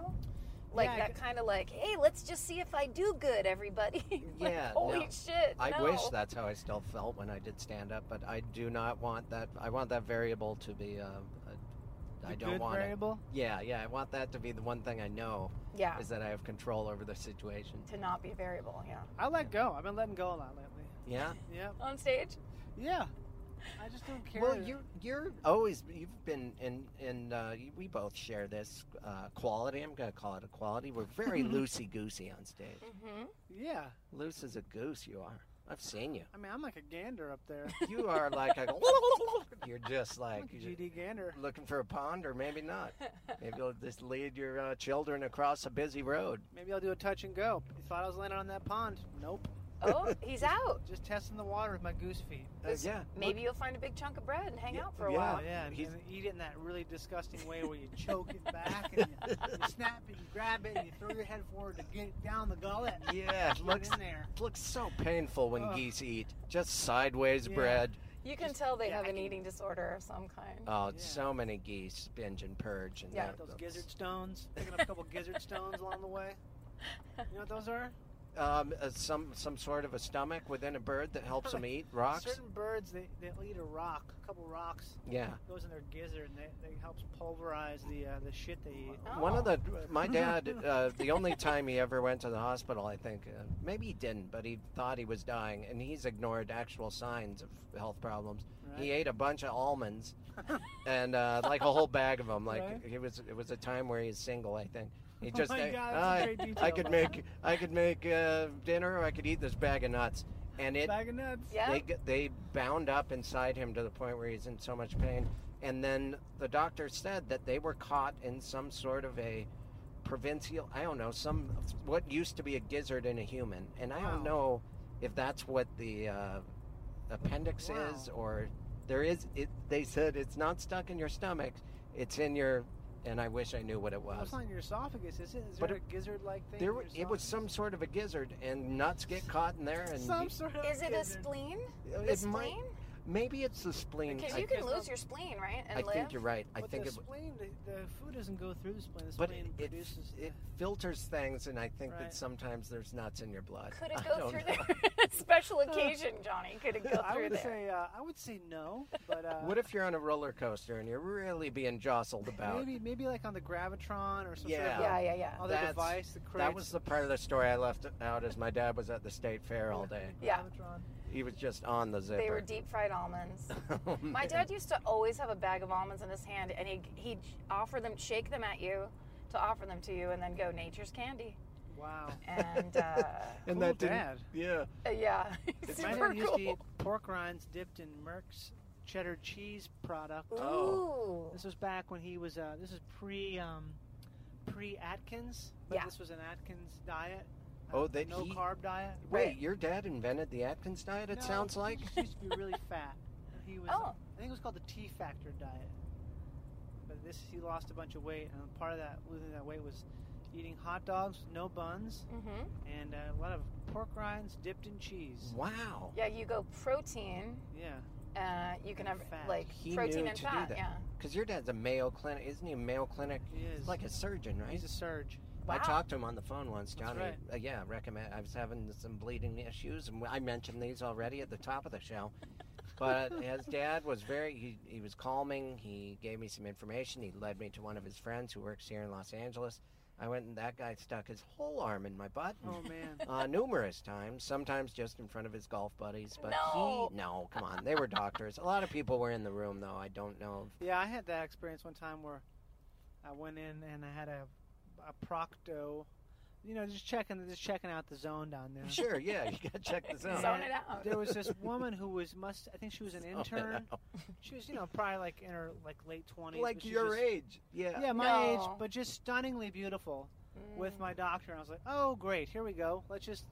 Speaker 3: Like
Speaker 4: Yeah, I
Speaker 3: that kind of like, hey, let's just see if I do good, everybody. Like,
Speaker 2: Yeah,
Speaker 3: holy
Speaker 2: no.
Speaker 3: shit.
Speaker 2: I wish
Speaker 3: no.
Speaker 2: that's how I still felt when I did stand up, but I do not want that. I want that variable to be. Um, a, I
Speaker 4: The
Speaker 2: don't
Speaker 4: good
Speaker 2: want it.
Speaker 4: variable.
Speaker 2: Yeah, yeah. I want that to be the one thing I know
Speaker 3: Yeah.
Speaker 2: is that I have control over the situation.
Speaker 3: To not be variable. Yeah.
Speaker 4: I let go. I've been letting go a lot lately.
Speaker 2: Yeah.
Speaker 4: Yeah,
Speaker 3: On stage.
Speaker 4: yeah. I just don't care.
Speaker 2: Well, you you're always you've been in in uh, we both share this uh, quality. I'm gonna call it a quality. We're very loosey goosey on stage.
Speaker 3: Mm-hmm.
Speaker 4: Yeah.
Speaker 2: Loose as a goose, you are. I've seen you.
Speaker 4: I mean, I'm like a gander up there.
Speaker 2: You are like a. you're just
Speaker 4: I'm
Speaker 2: like
Speaker 4: like a GD gander.
Speaker 2: looking for a pond or maybe not. Maybe you'll just lead your uh, children across a busy road.
Speaker 4: Maybe I'll do a touch and go. You thought I was landing on that pond? Nope.
Speaker 3: Oh, he's out.
Speaker 4: Just testing the water with my goose feet.
Speaker 2: Uh,
Speaker 3: This-
Speaker 2: yeah.
Speaker 3: Maybe you'll find a big chunk of bread and hang
Speaker 2: Yeah,
Speaker 3: out for a
Speaker 2: yeah.
Speaker 4: Oh
Speaker 3: while.
Speaker 4: yeah, and
Speaker 2: he's-
Speaker 4: and eat it in that really disgusting way where you choke it back and you, you snap it, you grab it, and you throw your head forward to get it down the gullet.
Speaker 2: Look, yeah, it
Speaker 4: Get
Speaker 2: looks
Speaker 4: in there.
Speaker 2: looks so painful when
Speaker 4: Ugh.
Speaker 2: geese eat. Just sideways
Speaker 4: Yeah.
Speaker 2: bread.
Speaker 3: You can
Speaker 4: Just-
Speaker 3: tell they
Speaker 4: yeah,
Speaker 3: have
Speaker 4: I
Speaker 3: an
Speaker 4: can-
Speaker 3: eating disorder of some kind.
Speaker 2: Oh,
Speaker 4: Yeah.
Speaker 2: so many geese binge and purge and
Speaker 3: Yeah.
Speaker 2: that-
Speaker 4: Those gizzard stones. Picking up a couple gizzard stones along the way. You know what those are?
Speaker 2: Um, uh, some some sort of a stomach within a bird that helps them eat rocks.
Speaker 4: Certain birds they they'll eat a rock, a couple rocks,
Speaker 2: Yeah.
Speaker 4: goes in their gizzard and they, they helps pulverize the uh, the shit they eat.
Speaker 2: One of
Speaker 3: Oh.
Speaker 2: the my dad, uh, the only time he ever went to the hospital, I think, uh, maybe he didn't, but he thought he was dying, and he's ignored actual signs of health problems.
Speaker 4: Right?
Speaker 2: He ate a bunch of almonds, and uh, like a whole bag of them. Like
Speaker 4: Right. Oh
Speaker 2: he was, it was a time where he's single. I think he just.
Speaker 4: my
Speaker 2: I,
Speaker 4: God, that's a
Speaker 2: I,
Speaker 4: great
Speaker 2: I
Speaker 4: detail.
Speaker 2: could make, I could make uh, dinner, or I could eat this bag of nuts, and it.
Speaker 4: Bag of nuts.
Speaker 3: Yeah.
Speaker 2: They g- they bound up inside him to the point where he's in so much pain, and then the doctor said that they were caught in some sort of a provincial. I don't know some what used to be a gizzard in a human, and I don't
Speaker 4: Wow.
Speaker 2: know if that's what the uh, appendix
Speaker 4: Wow.
Speaker 2: is or there is. It they said it's not stuck in your stomach, it's in your. And I wish I knew what it
Speaker 4: Well,
Speaker 2: was.
Speaker 4: it's not in your esophagus, is it? Is
Speaker 2: But
Speaker 4: there a gizzard like thing?
Speaker 2: There,
Speaker 4: in
Speaker 2: w-
Speaker 4: your
Speaker 2: it was some
Speaker 4: esophagus?
Speaker 2: sort of a gizzard, and nuts get caught in there, and
Speaker 4: some sort of.
Speaker 3: Is it a
Speaker 4: gizzard.
Speaker 3: spleen?
Speaker 2: it
Speaker 3: The
Speaker 2: might-
Speaker 3: spleen?
Speaker 2: Maybe it's the spleen.
Speaker 3: Because
Speaker 2: I
Speaker 3: you can
Speaker 4: think-
Speaker 3: lose your spleen, right? And
Speaker 2: I
Speaker 3: live.
Speaker 2: think you're right. I
Speaker 4: But
Speaker 2: think
Speaker 4: the
Speaker 2: it, w-
Speaker 4: spleen, the, the food doesn't go through the spleen. The
Speaker 2: but
Speaker 4: spleen
Speaker 2: it, it,
Speaker 4: produces.
Speaker 2: it filters things, and I think
Speaker 4: Right.
Speaker 2: that sometimes there's nuts in your blood.
Speaker 3: Could it
Speaker 2: I
Speaker 3: go
Speaker 2: don't
Speaker 3: through
Speaker 2: know.
Speaker 3: there? Special occasion, Johnny. Could it
Speaker 4: the,
Speaker 3: go
Speaker 4: I
Speaker 3: through
Speaker 4: would
Speaker 3: there?
Speaker 4: say uh, I would say no, but uh,
Speaker 2: What if you're on a roller coaster and you're really being jostled about?
Speaker 4: maybe maybe like on the gravitron or some
Speaker 2: Yeah.
Speaker 4: sort
Speaker 3: yeah,
Speaker 4: of
Speaker 3: yeah, yeah.
Speaker 4: other
Speaker 2: That's-
Speaker 4: device that creates.
Speaker 2: That was the part of the story I left out. Is my dad was at the state fair all day.
Speaker 3: Yeah.
Speaker 4: Gravitron.
Speaker 2: He was just on the zipper.
Speaker 3: They were deep fried almonds.
Speaker 4: Uh,
Speaker 2: Oh,
Speaker 3: My
Speaker 2: man.
Speaker 3: dad used to always have a bag of almonds in his hand, and he'd, he'd offer them, shake them at you, to offer them to you, and then go, "Nature's candy."
Speaker 4: Wow.
Speaker 3: And uh,
Speaker 2: And
Speaker 4: Cool
Speaker 2: that didn't-
Speaker 4: dad.
Speaker 2: Yeah.
Speaker 3: yeah,
Speaker 4: My
Speaker 3: super
Speaker 4: dad used to
Speaker 3: cool.
Speaker 4: eat pork rinds dipped in Merck's cheddar cheese product.
Speaker 3: Ooh,
Speaker 4: oh, This was back when he was. Uh, this is pre um, pre Atkins. But
Speaker 3: Yeah.
Speaker 4: This was an Atkins diet.
Speaker 2: Oh,
Speaker 4: uh,
Speaker 2: they-
Speaker 4: no
Speaker 2: he-
Speaker 4: carb diet.
Speaker 2: Wait, your dad invented the Atkins diet. It
Speaker 4: No,
Speaker 2: sounds like.
Speaker 4: he just used to be really fat. He was.
Speaker 3: Oh.
Speaker 4: I think it was called the T Factor diet. But this, he lost a bunch of weight, and part of that losing that weight was eating hot dogs, with no buns,
Speaker 3: hmm
Speaker 4: and uh, a lot of pork rinds dipped in cheese.
Speaker 2: Wow.
Speaker 3: yeah. You go protein.
Speaker 4: Yeah.
Speaker 3: Uh, you can have
Speaker 4: And fat.
Speaker 3: like
Speaker 2: He
Speaker 3: protein
Speaker 2: knew
Speaker 3: and
Speaker 2: to do
Speaker 3: fat.
Speaker 2: that.
Speaker 3: Yeah.
Speaker 2: Because your dad's a Mayo Clinic, isn't he? A Mayo Clinic.
Speaker 4: He is.
Speaker 2: He's like a surgeon, right?
Speaker 4: He's a surge.
Speaker 3: Wow.
Speaker 2: I talked to him on the phone once,
Speaker 4: That's
Speaker 2: Johnny.
Speaker 4: right.
Speaker 2: Uh, yeah, recommend. I was having some bleeding issues, and I mentioned these already at the top of the show. But his dad was very, he, he was calming. He gave me some information. He led me to one of his friends who works here in Los Angeles. I went, and that guy stuck his whole arm in my butt
Speaker 4: Oh man.
Speaker 2: uh, numerous times, sometimes just in front of his golf buddies. But
Speaker 3: No.
Speaker 2: he, no, come on, they were doctors. A lot of people were in the room, though. I don't know.
Speaker 4: Yeah, I had that experience one time where I went in and I had a a procto, you know, just checking just checking out the zone down there.
Speaker 2: If, sure, yeah, you gotta check this out.
Speaker 3: Zone it out.
Speaker 4: There was this woman who was must I think she was an
Speaker 2: Zone it
Speaker 4: intern.
Speaker 2: out.
Speaker 4: She was, you know, probably like in her like late twenties.
Speaker 2: like your age, yeah.
Speaker 4: Yeah, my age,
Speaker 3: No.
Speaker 4: but just stunningly beautiful with
Speaker 3: Mm.
Speaker 4: my doctor. And I was like, oh, great, here we go. Let's just.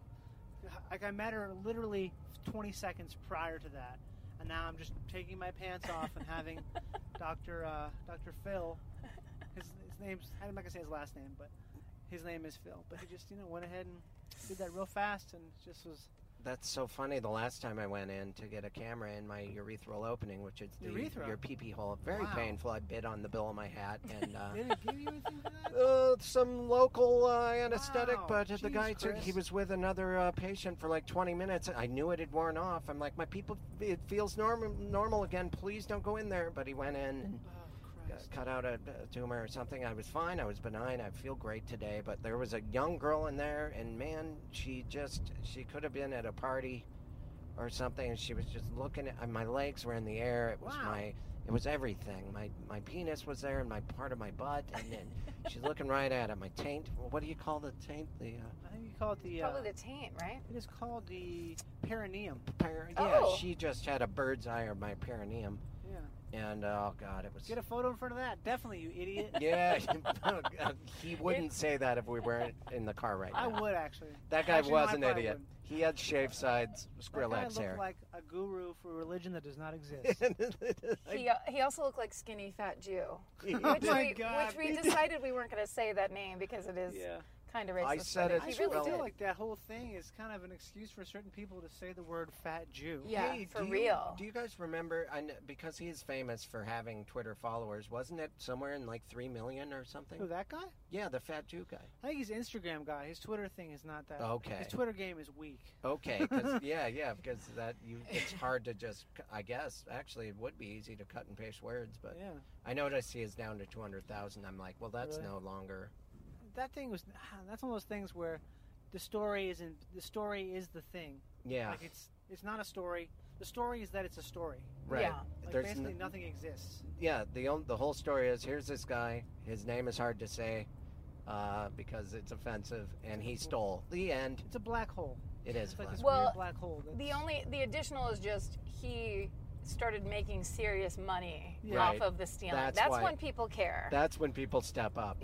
Speaker 4: Like, I met her literally 20 seconds prior to that. And now I'm just taking my pants off and having Dr. Uh, Dr. Phil. His, his name's. I'm not going to say his last name, but his name is Phil. But he just, you know, went ahead and did that real fast and just was.
Speaker 2: That's so funny. The last time I went in to get a camera in my urethral opening, which is the,
Speaker 4: Urethra?
Speaker 2: your pee pee hole, very
Speaker 4: Wow.
Speaker 2: painful. I bit on the bill of my hat and. Uh,
Speaker 4: They didn't give you anything for that?
Speaker 2: Uh, some local uh, anesthetic,
Speaker 4: Wow.
Speaker 2: but the
Speaker 4: Jeez,
Speaker 2: guy took,
Speaker 4: Chris.
Speaker 2: he was with another uh, patient for like 20 minutes. I knew it had worn off. I'm like, my people, it feels normal, normal again. Please don't go in there. But he went in and
Speaker 4: Oh,
Speaker 2: got-
Speaker 4: Christ.
Speaker 2: cut out a, a tumor or something. I was fine. I was benign. I feel great today. But there was a young girl in there, and man, she just she could have been at a party or something. And she was just looking at and my legs were in the air. It was
Speaker 4: Wow.
Speaker 2: my it was everything. My my penis was there, and my part of my butt, and then she's looking right at it. My taint. What do you call the taint? The uh,
Speaker 4: I think you call it the. Uh,
Speaker 3: Probably the taint, right?
Speaker 4: it is called the perineum.
Speaker 2: per- yeah.
Speaker 3: Oh.
Speaker 2: She just had a bird's eye of my perineum,
Speaker 4: Yeah.
Speaker 2: and oh god, it was.
Speaker 4: Get a photo in front of that. Definitely, you idiot.
Speaker 2: yeah, he wouldn't say that if we weren't in the car right now.
Speaker 4: I would actually.
Speaker 2: That guy
Speaker 4: Actually, no,
Speaker 2: was
Speaker 4: I
Speaker 2: an
Speaker 4: probably
Speaker 2: idiot.
Speaker 4: wouldn't.
Speaker 2: He had shaved sides,
Speaker 4: That guy
Speaker 2: Skrillex
Speaker 4: looked
Speaker 2: hair.
Speaker 4: like a guru for a religion that does not exist.
Speaker 3: He, uh, he also looked like skinny fat Jew,
Speaker 4: Oh
Speaker 3: which,
Speaker 4: my
Speaker 3: we,
Speaker 4: God.
Speaker 3: which we decided we weren't going to say that name because it is kind of racist.
Speaker 2: I said
Speaker 3: but
Speaker 2: it
Speaker 4: I
Speaker 3: He
Speaker 4: sort
Speaker 3: really
Speaker 4: of
Speaker 2: spelled-
Speaker 4: feel
Speaker 3: did.
Speaker 4: like that whole thing is kind of an excuse for certain people to say the word "fat Jew."
Speaker 3: yeah,
Speaker 2: Hey,
Speaker 3: for
Speaker 2: do you-
Speaker 3: real.
Speaker 2: do you guys remember? I kn- because he's famous for having Twitter followers, wasn't it somewhere in like three million or
Speaker 4: Who
Speaker 2: something?
Speaker 4: that guy?
Speaker 2: Yeah, the fat Jew guy.
Speaker 4: I think he's an Instagram guy. His Twitter thing is not that.
Speaker 2: Okay,
Speaker 4: His Twitter game is weak.
Speaker 2: okay. 'cause- yeah, yeah. Because that you, it's hard to just. c- I guess actually, it would be easy to cut and paste words, but
Speaker 4: yeah,
Speaker 2: I noticed he is down to two hundred thousand. I'm like, well, that's
Speaker 4: Really?
Speaker 2: no longer.
Speaker 4: that thing was. ah, That's one of those things where the story isn't. The story is the thing.
Speaker 2: Yeah,
Speaker 4: Like it's. It's not a story. The story is that it's a story.
Speaker 2: right.
Speaker 3: Yeah.
Speaker 4: Like
Speaker 2: There's
Speaker 4: basically
Speaker 2: n-
Speaker 4: nothing exists.
Speaker 2: yeah, the on- the whole story is here's this guy. His name is hard to say uh, because it's offensive, and he stole. The end.
Speaker 4: It's a black hole.
Speaker 2: It is.
Speaker 4: It's like
Speaker 2: fun.
Speaker 4: this
Speaker 3: Well,
Speaker 4: weird black hole.
Speaker 3: The
Speaker 4: that's-
Speaker 3: only the additional is just he started making serious money
Speaker 4: Yeah.
Speaker 3: off
Speaker 2: Right.
Speaker 3: of the stealing.
Speaker 2: That's
Speaker 3: That's,
Speaker 2: why-
Speaker 3: when people care,
Speaker 2: That's when people step up.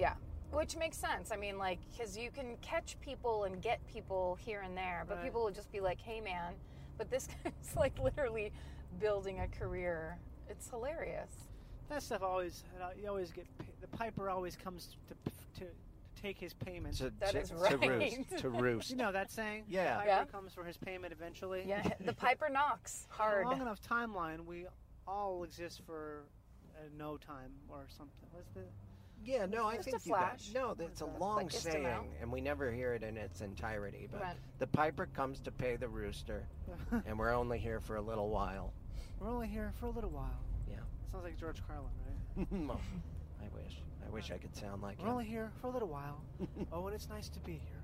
Speaker 3: which makes sense. I mean, like because you can catch people and get people here and there, but
Speaker 4: Right.
Speaker 3: people will just be like, "Hey, man!" But this guy's like literally building a career. It's hilarious.
Speaker 4: That stuff always, uh, you always get pa- the piper always comes to to take his payment.
Speaker 2: To,
Speaker 3: That
Speaker 2: to,
Speaker 3: is
Speaker 2: to
Speaker 3: right.
Speaker 2: roost. To roost.
Speaker 4: you know that saying?
Speaker 2: Yeah.
Speaker 4: The piper
Speaker 3: Yeah.
Speaker 4: comes for his payment eventually.
Speaker 3: Yeah, the Piper knocks hard.
Speaker 4: Long enough timeline, we all exist for uh, no time or something. What's the?
Speaker 2: yeah, no, I
Speaker 3: Just
Speaker 2: think
Speaker 3: a
Speaker 2: you got-
Speaker 3: flash.
Speaker 2: No, it's a
Speaker 4: Like
Speaker 2: long
Speaker 3: just a
Speaker 2: saying,
Speaker 3: mouth.
Speaker 2: and we never hear it in its entirety. But
Speaker 3: Right.
Speaker 2: the piper comes to pay the rooster, and we're only here for a little while.
Speaker 4: We're only here for a little while.
Speaker 2: Yeah.
Speaker 4: Sounds like George Carlin, right?
Speaker 2: No, I wish. I wish I could sound like
Speaker 4: We're
Speaker 2: him.
Speaker 4: only here for a little while. oh, and it's nice to be here.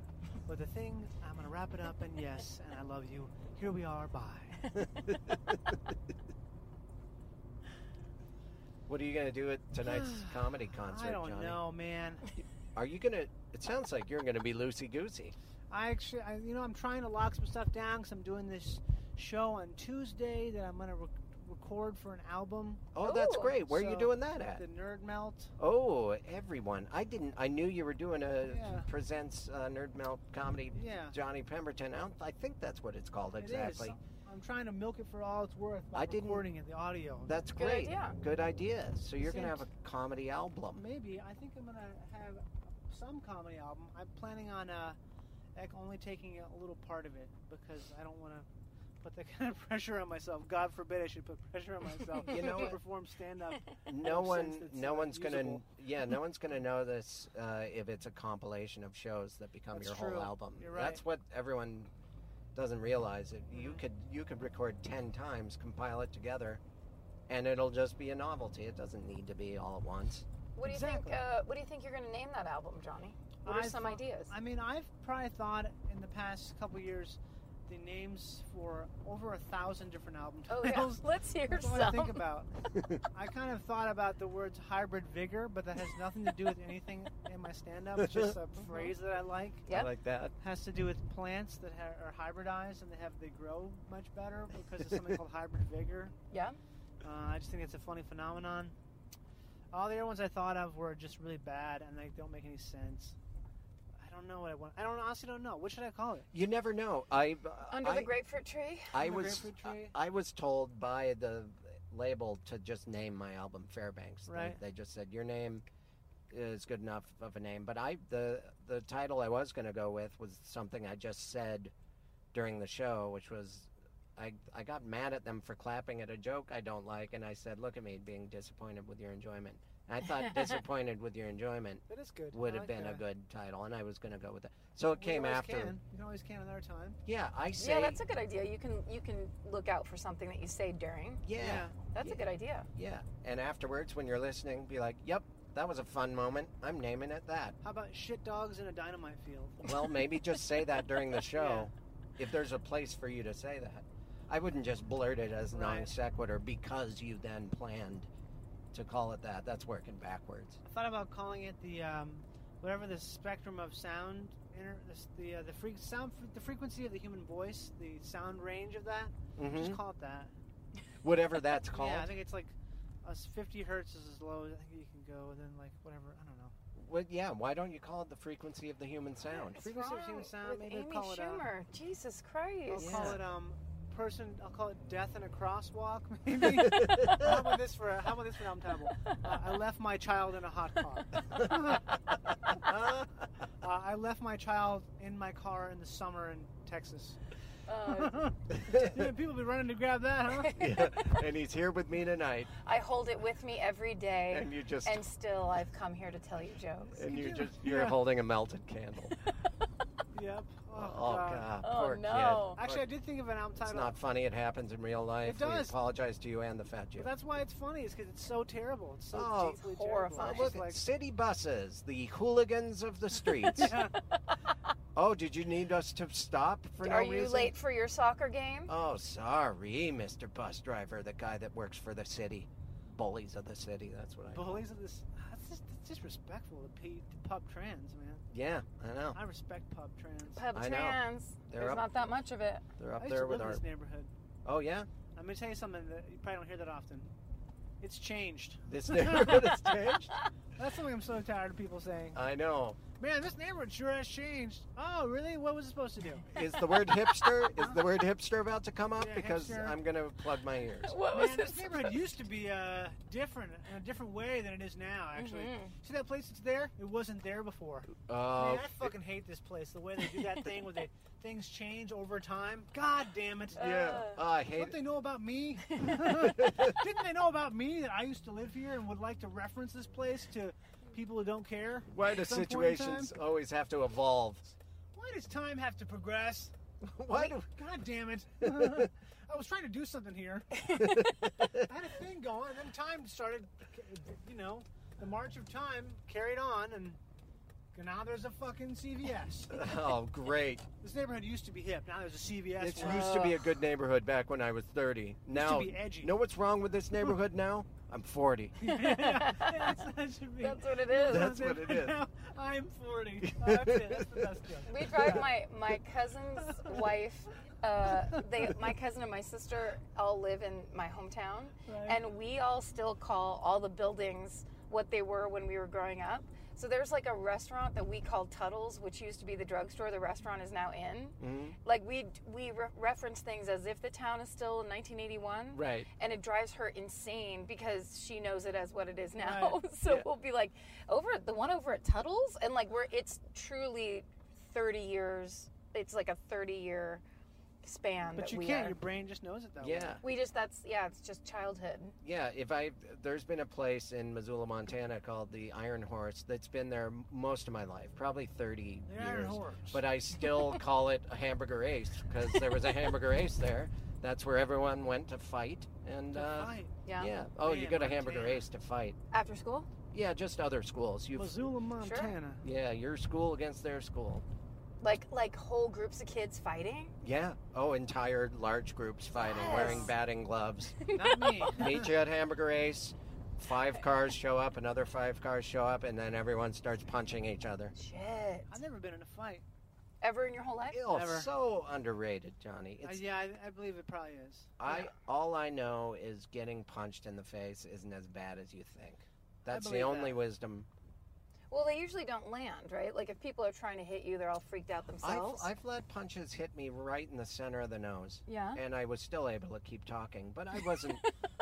Speaker 4: But the thing, I'm gonna wrap it up. And yes, and I love you. Here we are. Bye.
Speaker 2: what are you going to do at tonight's comedy concert,
Speaker 4: I don't
Speaker 2: Johnny?
Speaker 4: know, man.
Speaker 2: Are you gonna? It sounds like you're gonna be loosey goosey.
Speaker 4: I actually, I, you know, I'm trying to lock some stuff down because I'm doing this show on Tuesday that I'm going to rec record for an album.
Speaker 2: Oh, that's
Speaker 3: Ooh.
Speaker 2: great. Where are you
Speaker 4: So,
Speaker 2: doing that at?
Speaker 4: The Nerd Melt.
Speaker 2: Oh, everyone. I didn't. I knew you were doing a
Speaker 4: Yeah.
Speaker 2: presents uh, nerd melt comedy.
Speaker 4: Yeah.
Speaker 2: Johnny Pemberton. I, don't, I think that's what it's called
Speaker 4: It is.
Speaker 2: exactly.
Speaker 4: I'm trying to milk it for all it's worth by
Speaker 2: I didn't-
Speaker 4: recording it, the audio.
Speaker 2: That's
Speaker 3: Good
Speaker 2: great.
Speaker 3: idea.
Speaker 2: Good idea. So you're gonna
Speaker 4: Seems-
Speaker 2: have a comedy album.
Speaker 4: Maybe. I think I'm going to have some comedy album. I'm planning on uh, ec- only taking a little part of it because I don't want to But the kind of pressure on myself, God forbid I should put pressure on myself
Speaker 2: You know
Speaker 4: to
Speaker 2: what?
Speaker 4: perform stand up.
Speaker 2: no
Speaker 4: sense
Speaker 2: one
Speaker 4: that's
Speaker 2: no
Speaker 4: not
Speaker 2: one's gonna
Speaker 4: usable.
Speaker 2: yeah no one's gonna know this uh, if it's a compilation of shows that become
Speaker 4: That's
Speaker 2: your
Speaker 4: true.
Speaker 2: whole album
Speaker 4: You're right.
Speaker 2: that's what everyone doesn't realize that you
Speaker 4: Mhm.
Speaker 2: could you could record 10 times compile it together and it'll just be a novelty it doesn't need to be all at once
Speaker 3: What do you
Speaker 4: Exactly.
Speaker 3: think? Uh, what do you think you're going to name that album, Johnny? What are
Speaker 4: I
Speaker 3: some
Speaker 4: thought-
Speaker 3: ideas?
Speaker 4: I mean, I've probably thought in the past couple years the names for over a thousand different album
Speaker 3: oh
Speaker 4: titles.
Speaker 3: yeah, let's hear
Speaker 4: That's all I
Speaker 3: some.
Speaker 4: think about. I kind of thought about the words hybrid vigor, but that has nothing to do with anything in my stand up. It's just
Speaker 3: Uh-huh.
Speaker 4: a phrase that I like.
Speaker 3: Yep.
Speaker 2: I like that
Speaker 4: has to do with plants that ha- are hybridized and they have they grow much better because of something called hybrid vigor.
Speaker 3: Yeah.
Speaker 4: Uh, I just think it's a funny phenomenon. All the other ones I thought of were just really bad and they don't make any sense. I don't know what I want. I don't honestly don't know. What should I call it?
Speaker 2: you never know I uh,
Speaker 3: Under
Speaker 2: I,
Speaker 3: the grapefruit tree.
Speaker 2: I
Speaker 4: Under the
Speaker 2: was
Speaker 4: grapefruit tree?
Speaker 2: I, I was told by the label to just name my album Fairbanks. They-
Speaker 4: Right.
Speaker 2: They, just said your name is good enough of a name, but I the the title I was going to go with was something I just said during the show, which was I I got mad at them for clapping at a joke I don't like, and I said, "Look at me being disappointed with your enjoyment." And I thought disappointed with your enjoyment
Speaker 4: That is good.
Speaker 2: would
Speaker 4: I
Speaker 2: have
Speaker 4: like
Speaker 2: been a
Speaker 4: that.
Speaker 2: good title, and I was going to go with that. So it
Speaker 4: We
Speaker 2: came
Speaker 4: always
Speaker 2: after.
Speaker 4: Can. You can always can another time.
Speaker 2: Yeah, I say.
Speaker 3: yeah, that's a good idea. You can you can look out for something that you say during.
Speaker 2: yeah.
Speaker 3: That's a good idea.
Speaker 2: Yeah. And afterwards, when you're listening, be like, yep, that was a fun moment. I'm naming it that.
Speaker 4: How about shit dogs in a dynamite field?
Speaker 2: Well, maybe just say that during the show if there's a place for you to say that. I wouldn't just blurt it as
Speaker 4: Right.
Speaker 2: non sequitur because you then planned to call it that. That's working backwards.
Speaker 4: I thought about calling it the um, whatever the spectrum of sound, inter- this- the uh, the fre- sound fre- the frequency of the human voice, the sound range of that.
Speaker 2: hmm
Speaker 4: Just call it that.
Speaker 2: Whatever that's called.
Speaker 4: Mm-hmm. Yeah, I think it's like uh, 50 hertz is as low as I think you can go, and then like whatever I don't know.
Speaker 2: Well, yeah, why don't you call it the frequency of the human sound?
Speaker 4: It's
Speaker 3: What's
Speaker 4: frequency of human
Speaker 3: wrong
Speaker 4: sound,
Speaker 3: with
Speaker 4: maybe
Speaker 3: Amy
Speaker 4: call it, uh,
Speaker 3: Schumer. Jesus Christ.
Speaker 4: I'll call
Speaker 2: Yeah.
Speaker 4: it um person. I'll call it death in a crosswalk. Maybe. how about this for a- how about this for an album title? Uh, I left my child in a hot car. Uh, I left my child in my car in the summer in Texas.
Speaker 3: Uh,
Speaker 4: Yeah, people be running to grab that, huh?
Speaker 2: Yeah, And he's here with me tonight,
Speaker 3: I hold it with me every day,
Speaker 2: and you just
Speaker 3: and still I've come here to tell you jokes.
Speaker 2: and
Speaker 4: you
Speaker 2: you
Speaker 4: do.
Speaker 2: just you're
Speaker 4: Yeah.
Speaker 2: holding a melted candle.
Speaker 4: Yep.
Speaker 2: Oh, God,
Speaker 3: Oh,
Speaker 2: poor
Speaker 3: no.
Speaker 2: kid.
Speaker 4: Actually, I did think of an album
Speaker 2: It's
Speaker 4: title.
Speaker 2: not funny. It happens in real life.
Speaker 4: It does.
Speaker 2: We apologize to you and the fat Jew.
Speaker 4: But that's why it's funny. Is because it's so terrible. It's so
Speaker 2: Oh,
Speaker 4: deeply
Speaker 3: It's horrifying.
Speaker 4: Terrible.
Speaker 2: Look
Speaker 4: It's
Speaker 2: at
Speaker 4: like,
Speaker 2: city buses, the hooligans of the streets.
Speaker 4: Yeah.
Speaker 2: oh, did you need us to stop for
Speaker 3: Are
Speaker 2: no
Speaker 3: you
Speaker 2: reason?
Speaker 3: late for your soccer game?
Speaker 2: Oh, sorry, Mr. Bus Driver, the guy that works for the city. Bullies of the city, that's what I
Speaker 4: bullies of this. That's just that's disrespectful to, P, to pub trans, man.
Speaker 2: Yeah, I know.
Speaker 4: I respect pub trans.
Speaker 3: Pub
Speaker 2: I know.
Speaker 3: trans.
Speaker 2: They're
Speaker 3: There's
Speaker 2: up-
Speaker 3: not that much of it.
Speaker 2: They're
Speaker 4: I
Speaker 2: up
Speaker 4: used
Speaker 2: there
Speaker 4: to live
Speaker 2: with
Speaker 4: in
Speaker 2: our
Speaker 4: this neighborhood.
Speaker 2: Oh yeah?
Speaker 4: I'm gonna tell you something that you probably don't hear that often. It's changed.
Speaker 2: This neighborhood has changed?
Speaker 4: That's something I'm so tired of people saying.
Speaker 2: I know.
Speaker 4: Man, this neighborhood sure has changed. Oh, really? What was it supposed to do?
Speaker 2: Is the word hipster is the word hipster about to come up?
Speaker 4: Yeah,
Speaker 2: because
Speaker 4: hipster.
Speaker 2: I'm gonna plug my ears.
Speaker 3: What
Speaker 4: Man,
Speaker 3: was
Speaker 4: this
Speaker 3: it?
Speaker 4: neighborhood used to be uh, different in a different way than it is now. Actually,
Speaker 3: Mhm.
Speaker 4: see that place that's there? It wasn't there before.
Speaker 2: Oh,
Speaker 4: Man, I fucking hate this place. The way they do that thing where they things change over time. God damn it!
Speaker 2: yeah.
Speaker 3: Uh,
Speaker 2: Oh, I hate
Speaker 4: Don't
Speaker 2: it.
Speaker 4: they know about me? Didn't they know about me that I used to live here and would like to reference this place to people who don't care?
Speaker 2: Why
Speaker 4: at
Speaker 2: do
Speaker 4: some point in
Speaker 2: situations
Speaker 4: time?
Speaker 2: always have to evolve?
Speaker 4: Why does time have to progress?
Speaker 2: Why do
Speaker 4: God damn it! I was trying to do something here. I had a thing going, and then time started. You know, the march of time carried on, and now there's a fucking CVS.
Speaker 2: Oh, great.
Speaker 4: This neighborhood used to be hip. Now there's a CVS.
Speaker 2: It
Speaker 4: one.
Speaker 2: used to be a good neighborhood back when I was 30. Now,
Speaker 4: be edgy.
Speaker 2: know what's wrong with this neighborhood now? I'm 40.
Speaker 4: yeah, that's, that should be.
Speaker 3: That's what it is.
Speaker 2: That's what it is.
Speaker 4: Now, I'm 40. Oh, that's it. That's the best joke.
Speaker 3: We drive my my cousin's wife. Uh, they my cousin and my sister all live in my hometown,
Speaker 4: Right.
Speaker 3: and we all still call all the buildings what they were when we were growing up. So there's like a restaurant that we call Tuttle's, which used to be the drugstore. The restaurant is now in.
Speaker 2: Mm-hmm.
Speaker 3: Like we we re- reference things as if the town is still in 1981.
Speaker 2: Right.
Speaker 3: And it drives her insane because she knows it as what it is now.
Speaker 4: Right.
Speaker 3: so
Speaker 2: Yeah.
Speaker 3: we'll be like, over at- the one over at Tuttle's, and like we're it's truly 30 years. It's like a 30 year span
Speaker 4: But
Speaker 3: that
Speaker 4: you
Speaker 3: we
Speaker 4: can't.
Speaker 3: are.
Speaker 4: Your brain just knows it that way.
Speaker 2: Yeah.
Speaker 3: We just that's yeah, it's just childhood.
Speaker 2: Yeah, if I there's been a place in Missoula, Montana called the Iron Horse that's been there m- most of my life, probably 30
Speaker 4: They're
Speaker 2: years.
Speaker 4: iron horse.
Speaker 2: But I still call it a Hamburger Ace because there was a Hamburger Ace there. That's where everyone went to fight and
Speaker 4: To
Speaker 2: uh,
Speaker 4: fight.
Speaker 3: Yeah.
Speaker 2: yeah. Oh, you
Speaker 4: Man,
Speaker 2: go to Hamburger
Speaker 4: Montana.
Speaker 2: Ace to fight.
Speaker 3: After school?
Speaker 2: Yeah, just other schools. You
Speaker 4: Missoula, Montana.
Speaker 2: Yeah, your school against their school.
Speaker 3: Like like whole groups of kids fighting?
Speaker 2: Yeah. Oh, entire large groups fighting, wearing
Speaker 3: Yes.
Speaker 2: batting gloves.
Speaker 4: Not me.
Speaker 2: Meet you at Hamburger Ace. Five cars show up, another five cars show up, and then everyone starts punching each other.
Speaker 3: Shit.
Speaker 4: I've never been in a fight.
Speaker 3: Ever in your whole life?
Speaker 2: Ill,
Speaker 4: Never.
Speaker 2: so underrated, Johnny.
Speaker 4: Uh,
Speaker 2: It's,
Speaker 4: yeah, I, I believe it probably is.
Speaker 2: I all I know is getting punched in the face isn't as bad as you think. That's the
Speaker 4: believe
Speaker 2: only
Speaker 4: that.
Speaker 2: wisdom.
Speaker 3: Well, they usually don't land, right? Like if people are trying to hit you, they're all freaked out
Speaker 2: I've,
Speaker 3: themselves.
Speaker 2: I've let punches hit me right in the center of the nose,
Speaker 3: yeah.
Speaker 2: and I was still able to keep talking. But I wasn't.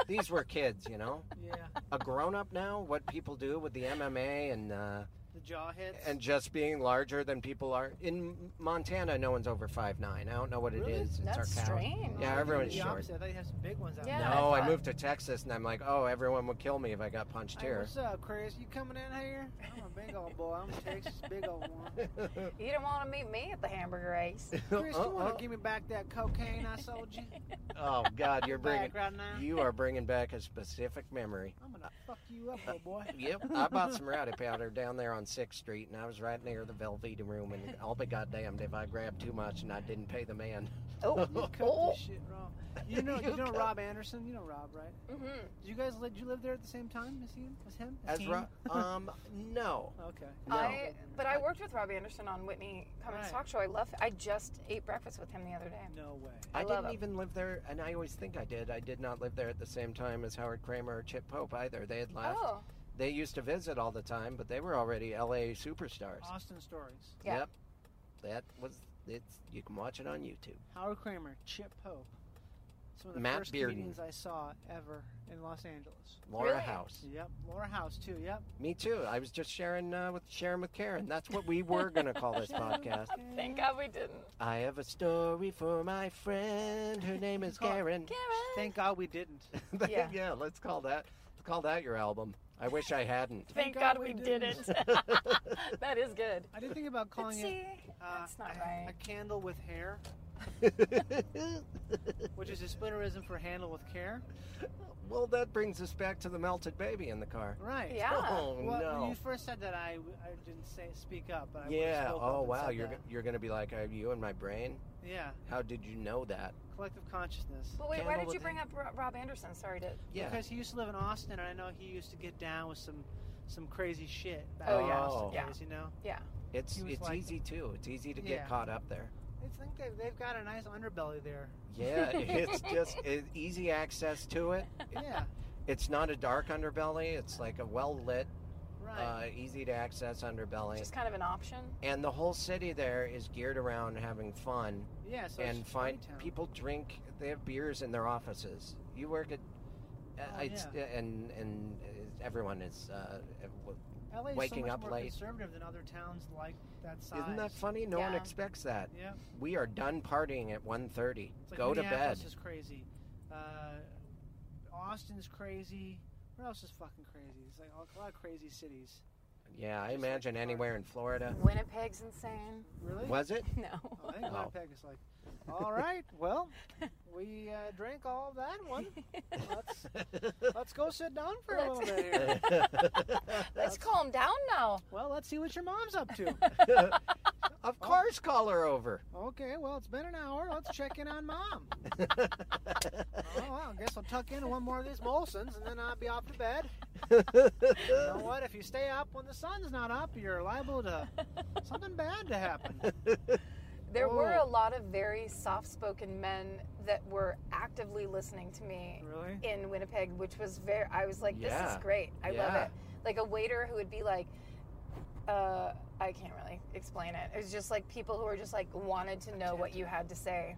Speaker 2: these were kids, you know.
Speaker 4: Yeah,
Speaker 2: A grown up now, what people do with the MMA and uh,
Speaker 4: the jaw hits.
Speaker 2: and just being larger than people are in Montana, no one's over five nine. I don't know what it is.
Speaker 4: Really?
Speaker 2: It's
Speaker 3: That's
Speaker 2: our county.
Speaker 3: strange.
Speaker 4: I
Speaker 2: Yeah,
Speaker 4: thought
Speaker 2: everyone's
Speaker 4: you were the
Speaker 2: short.
Speaker 4: opposite. I thought you have some big ones out
Speaker 3: Yeah.
Speaker 4: there.
Speaker 2: no,
Speaker 3: I
Speaker 2: I,
Speaker 3: thought-
Speaker 2: moved to Texas and I'm like, oh, everyone would kill me if I got punched
Speaker 4: Hey,
Speaker 2: here.
Speaker 4: what's up, Chris? You coming in here? I'm a big old boy. I'm a Texas big old one.
Speaker 3: You didn't want to meet me at the hamburger race.
Speaker 4: Chris, you want
Speaker 2: oh,
Speaker 4: to give me back that cocaine I sold you?
Speaker 2: oh, God, you're bringing
Speaker 4: back right now.
Speaker 2: you are bringing back a specific memory.
Speaker 4: I'm gonna fuck you up, old boy.
Speaker 2: Yep, I bought some rowdy powder down there on Sixth Street, and I was right near the Velveeta room. And I'll be goddamned if I grabbed too much and I didn't pay the man.
Speaker 3: Oh,
Speaker 4: You cut
Speaker 3: oh.
Speaker 4: this shit wrong. You know, you,
Speaker 2: You
Speaker 4: know
Speaker 2: cut-
Speaker 4: Rob Anderson. You know Rob, right?
Speaker 3: hmm
Speaker 4: Did you guys live? Did you live there at the same time as him? As him?
Speaker 2: As
Speaker 4: him?
Speaker 2: ro- um, no,
Speaker 4: okay.
Speaker 2: No.
Speaker 3: I but I worked with Rob Anderson on Whitney Cummings'
Speaker 4: Right.
Speaker 3: talk show. I love. I just ate breakfast with him the other day.
Speaker 4: No way.
Speaker 2: I,
Speaker 3: I love
Speaker 2: didn't
Speaker 3: him.
Speaker 2: even live there, and I always think I did. I did not live there at the same time as Howard Kramer or Chip Pope either. They had left.
Speaker 3: Oh,
Speaker 2: They used to visit all the time, but they were already LA superstars.
Speaker 4: Austin stories.
Speaker 3: Yeah.
Speaker 2: Yep. That was it's you can watch it on YouTube.
Speaker 4: Howard Kramer, Chip Pope. Some of the
Speaker 2: Matt
Speaker 4: first
Speaker 2: Bearden.
Speaker 4: comedians I saw ever in Los Angeles.
Speaker 2: Laura
Speaker 3: Really?
Speaker 2: House.
Speaker 4: Yep. Laura House too. Yep.
Speaker 2: Me too. I was just sharing uh, with sharing with Karen. That's what we were gonna call this podcast.
Speaker 3: thank God we didn't.
Speaker 2: I have a story for my friend. Her name is
Speaker 4: Call-
Speaker 2: Karen.
Speaker 3: Karen.
Speaker 4: Thank God we didn't.
Speaker 3: Yeah.
Speaker 2: let's call that let's call that your album. I wish I hadn't.
Speaker 3: Thank God, we didn't. that is good.
Speaker 4: I did think about calling
Speaker 3: See,
Speaker 4: it uh,
Speaker 3: that's not
Speaker 4: a-
Speaker 3: right.
Speaker 4: a candle with hair, which is a splinterism for handle with care.
Speaker 2: well, that brings us back to the melted baby in the car.
Speaker 4: Right.
Speaker 3: Yeah.
Speaker 2: Oh
Speaker 4: Well, when
Speaker 2: no.
Speaker 4: you first said that, I, w- I didn't say speak up, but I would've
Speaker 2: Yeah.
Speaker 4: spoke up
Speaker 2: Oh
Speaker 4: and
Speaker 2: wow.
Speaker 4: said
Speaker 2: You're
Speaker 4: that.
Speaker 2: go- you're gonna be like, are you in my brain?
Speaker 4: yeah,
Speaker 2: How did you know that?
Speaker 4: collective consciousness.
Speaker 3: But wait, why
Speaker 2: Candle
Speaker 3: did you
Speaker 2: with
Speaker 3: bring up Ro- Rob Anderson? Sorry to.
Speaker 2: Yeah.
Speaker 4: Because he used to live in Austin, and I know he used to get down with some some crazy shit. Back
Speaker 3: Oh,
Speaker 4: in
Speaker 2: yeah.
Speaker 4: Austin
Speaker 3: Yeah.
Speaker 4: days, you know.
Speaker 2: It's
Speaker 4: He was
Speaker 2: it's
Speaker 4: like-
Speaker 2: easy too. It's easy to
Speaker 4: Yeah.
Speaker 2: get caught up there.
Speaker 4: I think they've, they've got a nice underbelly there.
Speaker 2: Yeah, it's just it, easy access to it.
Speaker 4: Yeah,
Speaker 2: It's not a dark underbelly. It's like a well lit, uh,
Speaker 4: right.
Speaker 2: easy to access underbelly.
Speaker 3: Just kind of an option.
Speaker 2: And the whole city there is geared around having fun
Speaker 4: yeah, so
Speaker 2: and
Speaker 4: it's
Speaker 2: find
Speaker 4: Funny Town.
Speaker 2: people drink. They have beers in their offices. You work at.
Speaker 4: Oh,
Speaker 2: uh it's,
Speaker 4: yeah.
Speaker 2: and and uh, everyone is uh, w-
Speaker 4: LA is
Speaker 2: waking
Speaker 4: so much
Speaker 2: up
Speaker 4: more
Speaker 2: late.
Speaker 4: conservative than other towns like that size.
Speaker 2: isn't that funny? No one
Speaker 3: Yeah.
Speaker 2: expects that.
Speaker 4: Yeah,
Speaker 2: We are done partying at 1.30.
Speaker 4: it's like
Speaker 2: Go to bed.
Speaker 4: Minneapolis is crazy. Uh, Austin's crazy. Where else is fucking crazy? It's like a lot of crazy cities.
Speaker 2: Yeah, I
Speaker 4: Just like
Speaker 2: imagine
Speaker 4: party.
Speaker 2: anywhere in Florida.
Speaker 3: Winnipeg's insane.
Speaker 4: Really?
Speaker 2: Was it?
Speaker 3: No.
Speaker 4: I think
Speaker 2: Oh.
Speaker 4: Winnipeg is like, all right, well, we uh, drank all that one. Let's let's go sit down for a
Speaker 3: Let's-
Speaker 4: little bit here.
Speaker 3: Let's calm down now.
Speaker 4: Well, let's see what your mom's up to.
Speaker 2: of course, call her over.
Speaker 4: Okay, well, it's been an hour. Let's check in on mom. oh, well, I guess I'll tuck into one more of these Molsons and then I'll be off to bed. You know what? If you stay up when the sun's not up, you're liable to something bad to happen.
Speaker 3: There were a
Speaker 4: Oh.
Speaker 3: lot of very soft spoken men that were actively listening to me
Speaker 4: Really?
Speaker 3: in Winnipeg, which was very, I was like, this
Speaker 2: Yeah.
Speaker 3: is great. I love
Speaker 2: Yeah.
Speaker 3: it. Like a waiter who would be like, uh, I can't really explain it. It was just like people who were just like wanted to know what you had to say.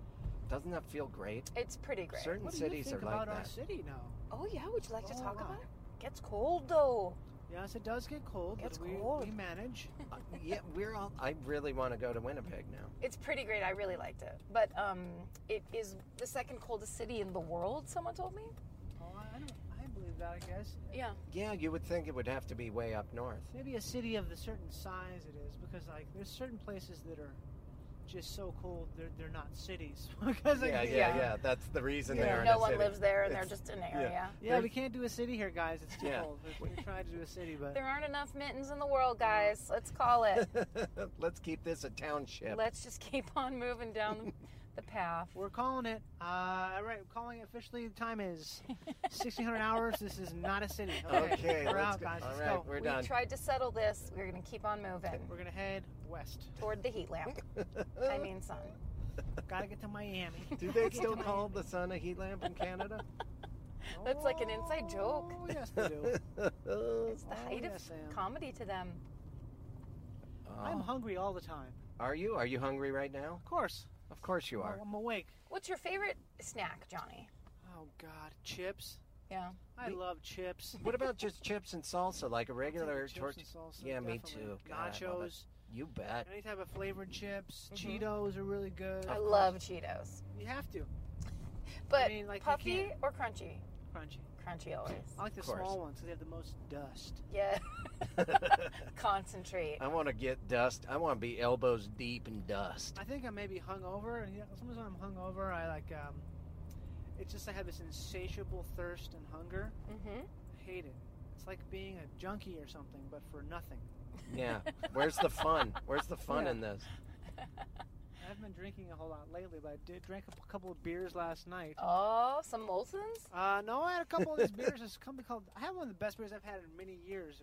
Speaker 2: Doesn't that feel great?
Speaker 3: It's pretty great.
Speaker 2: Certain
Speaker 4: What do you
Speaker 2: cities
Speaker 4: think
Speaker 2: are like
Speaker 4: about our
Speaker 2: that.
Speaker 4: city now?
Speaker 3: Oh, yeah. Would you like to
Speaker 4: Oh,
Speaker 3: talk
Speaker 4: wow.
Speaker 3: about it? Gets cold though.
Speaker 4: Yeah, Yes, it does get cold.
Speaker 3: Gets
Speaker 4: but we,
Speaker 3: cold.
Speaker 4: we manage.
Speaker 2: Uh, yeah, we're all. I really want to go to Winnipeg now.
Speaker 3: It's pretty great. I really liked it. But um, it is the second coldest city in the world. Someone told me.
Speaker 4: Oh, I, I don't. I believe that. I guess.
Speaker 3: Yeah.
Speaker 2: Yeah, you would think it would have to be way up north.
Speaker 4: Maybe a city of the certain size it is, because like there's certain places that are just so cold they're they're not cities. because like,
Speaker 2: Yeah, yeah, yeah.
Speaker 3: Yeah.
Speaker 2: That's the reason
Speaker 4: Yeah.
Speaker 2: they are
Speaker 3: no
Speaker 2: a
Speaker 3: one
Speaker 2: city.
Speaker 3: lives there, and they're
Speaker 2: It's-
Speaker 3: just an
Speaker 2: yeah.
Speaker 3: area.
Speaker 4: Yeah, we can't do a city here, guys. It's too
Speaker 2: Yeah.
Speaker 4: cold. We we tried to do a city, but
Speaker 3: There aren't enough mittens in the world, guys. Let's call it.
Speaker 2: Let's keep this a township.
Speaker 3: Let's just keep on moving down the path.
Speaker 4: we're calling it. Uh, all right, we're calling it officially. The time is 1600 hours. This is not a city. Okay,
Speaker 2: Okay,
Speaker 4: we're
Speaker 2: let's
Speaker 4: out,
Speaker 2: go.
Speaker 4: guys.
Speaker 2: All
Speaker 4: Let's
Speaker 2: right,
Speaker 4: go.
Speaker 2: we're
Speaker 3: we
Speaker 2: done.
Speaker 3: tried to settle this. We're gonna keep on moving
Speaker 4: We're gonna head west.
Speaker 3: toward the heat lamp. I mean, sun.
Speaker 4: Gotta get to Miami.
Speaker 2: Do they
Speaker 4: Get to
Speaker 2: still
Speaker 4: Miami.
Speaker 2: call the sun a heat lamp in Canada?
Speaker 3: That's like an inside joke.
Speaker 4: Oh, yes, they do.
Speaker 3: It's the
Speaker 4: Oh,
Speaker 3: height of
Speaker 4: yes, Sam.
Speaker 3: comedy to them.
Speaker 4: I'm
Speaker 2: Oh,
Speaker 4: hungry all the time.
Speaker 2: are you? Are you hungry right now?
Speaker 4: Of course.
Speaker 2: Of course you are.
Speaker 4: I'm awake.
Speaker 3: What's your favorite snack, Johnny?
Speaker 4: Oh God, chips.
Speaker 3: Yeah.
Speaker 4: I
Speaker 2: We-
Speaker 4: love chips.
Speaker 2: What about just chips and salsa, like a
Speaker 4: Take the
Speaker 2: regular
Speaker 4: chips
Speaker 2: tort?
Speaker 4: and salsa,
Speaker 2: Yeah, me
Speaker 4: definitely.
Speaker 2: too. God, I love it.
Speaker 4: Nachos,
Speaker 2: You bet.
Speaker 4: any type of flavored chips.
Speaker 3: Mhm.
Speaker 4: Cheetos are really good.
Speaker 3: I love Cheetos.
Speaker 4: You have to
Speaker 3: But
Speaker 4: mean, like, you
Speaker 3: puffy
Speaker 4: can't-
Speaker 3: or crunchy?
Speaker 4: crunchy.
Speaker 3: Crunchy always.
Speaker 4: I like the
Speaker 2: Of course.
Speaker 4: small ones 'cause they have the most dust.
Speaker 3: Yeah. Concentrate.
Speaker 2: I want to get dust. I want to be elbows deep in dust.
Speaker 4: I think I may be hungover, and you know, sometimes when I'm hungover, I like um, it's just I have this insatiable thirst and hunger.
Speaker 3: Mm-hmm.
Speaker 4: I hate it. It's like being a junkie or something, but for nothing.
Speaker 2: Yeah. Where's the fun? Where's the fun
Speaker 4: Yeah.
Speaker 2: in this?
Speaker 4: I haven't been drinking a whole lot lately, but I did drank a p- couple of beers last night.
Speaker 3: Oh, some Molsons?
Speaker 4: Uh, no, I had a couple of these beers. This company called I had one of the best beers I've had in many years,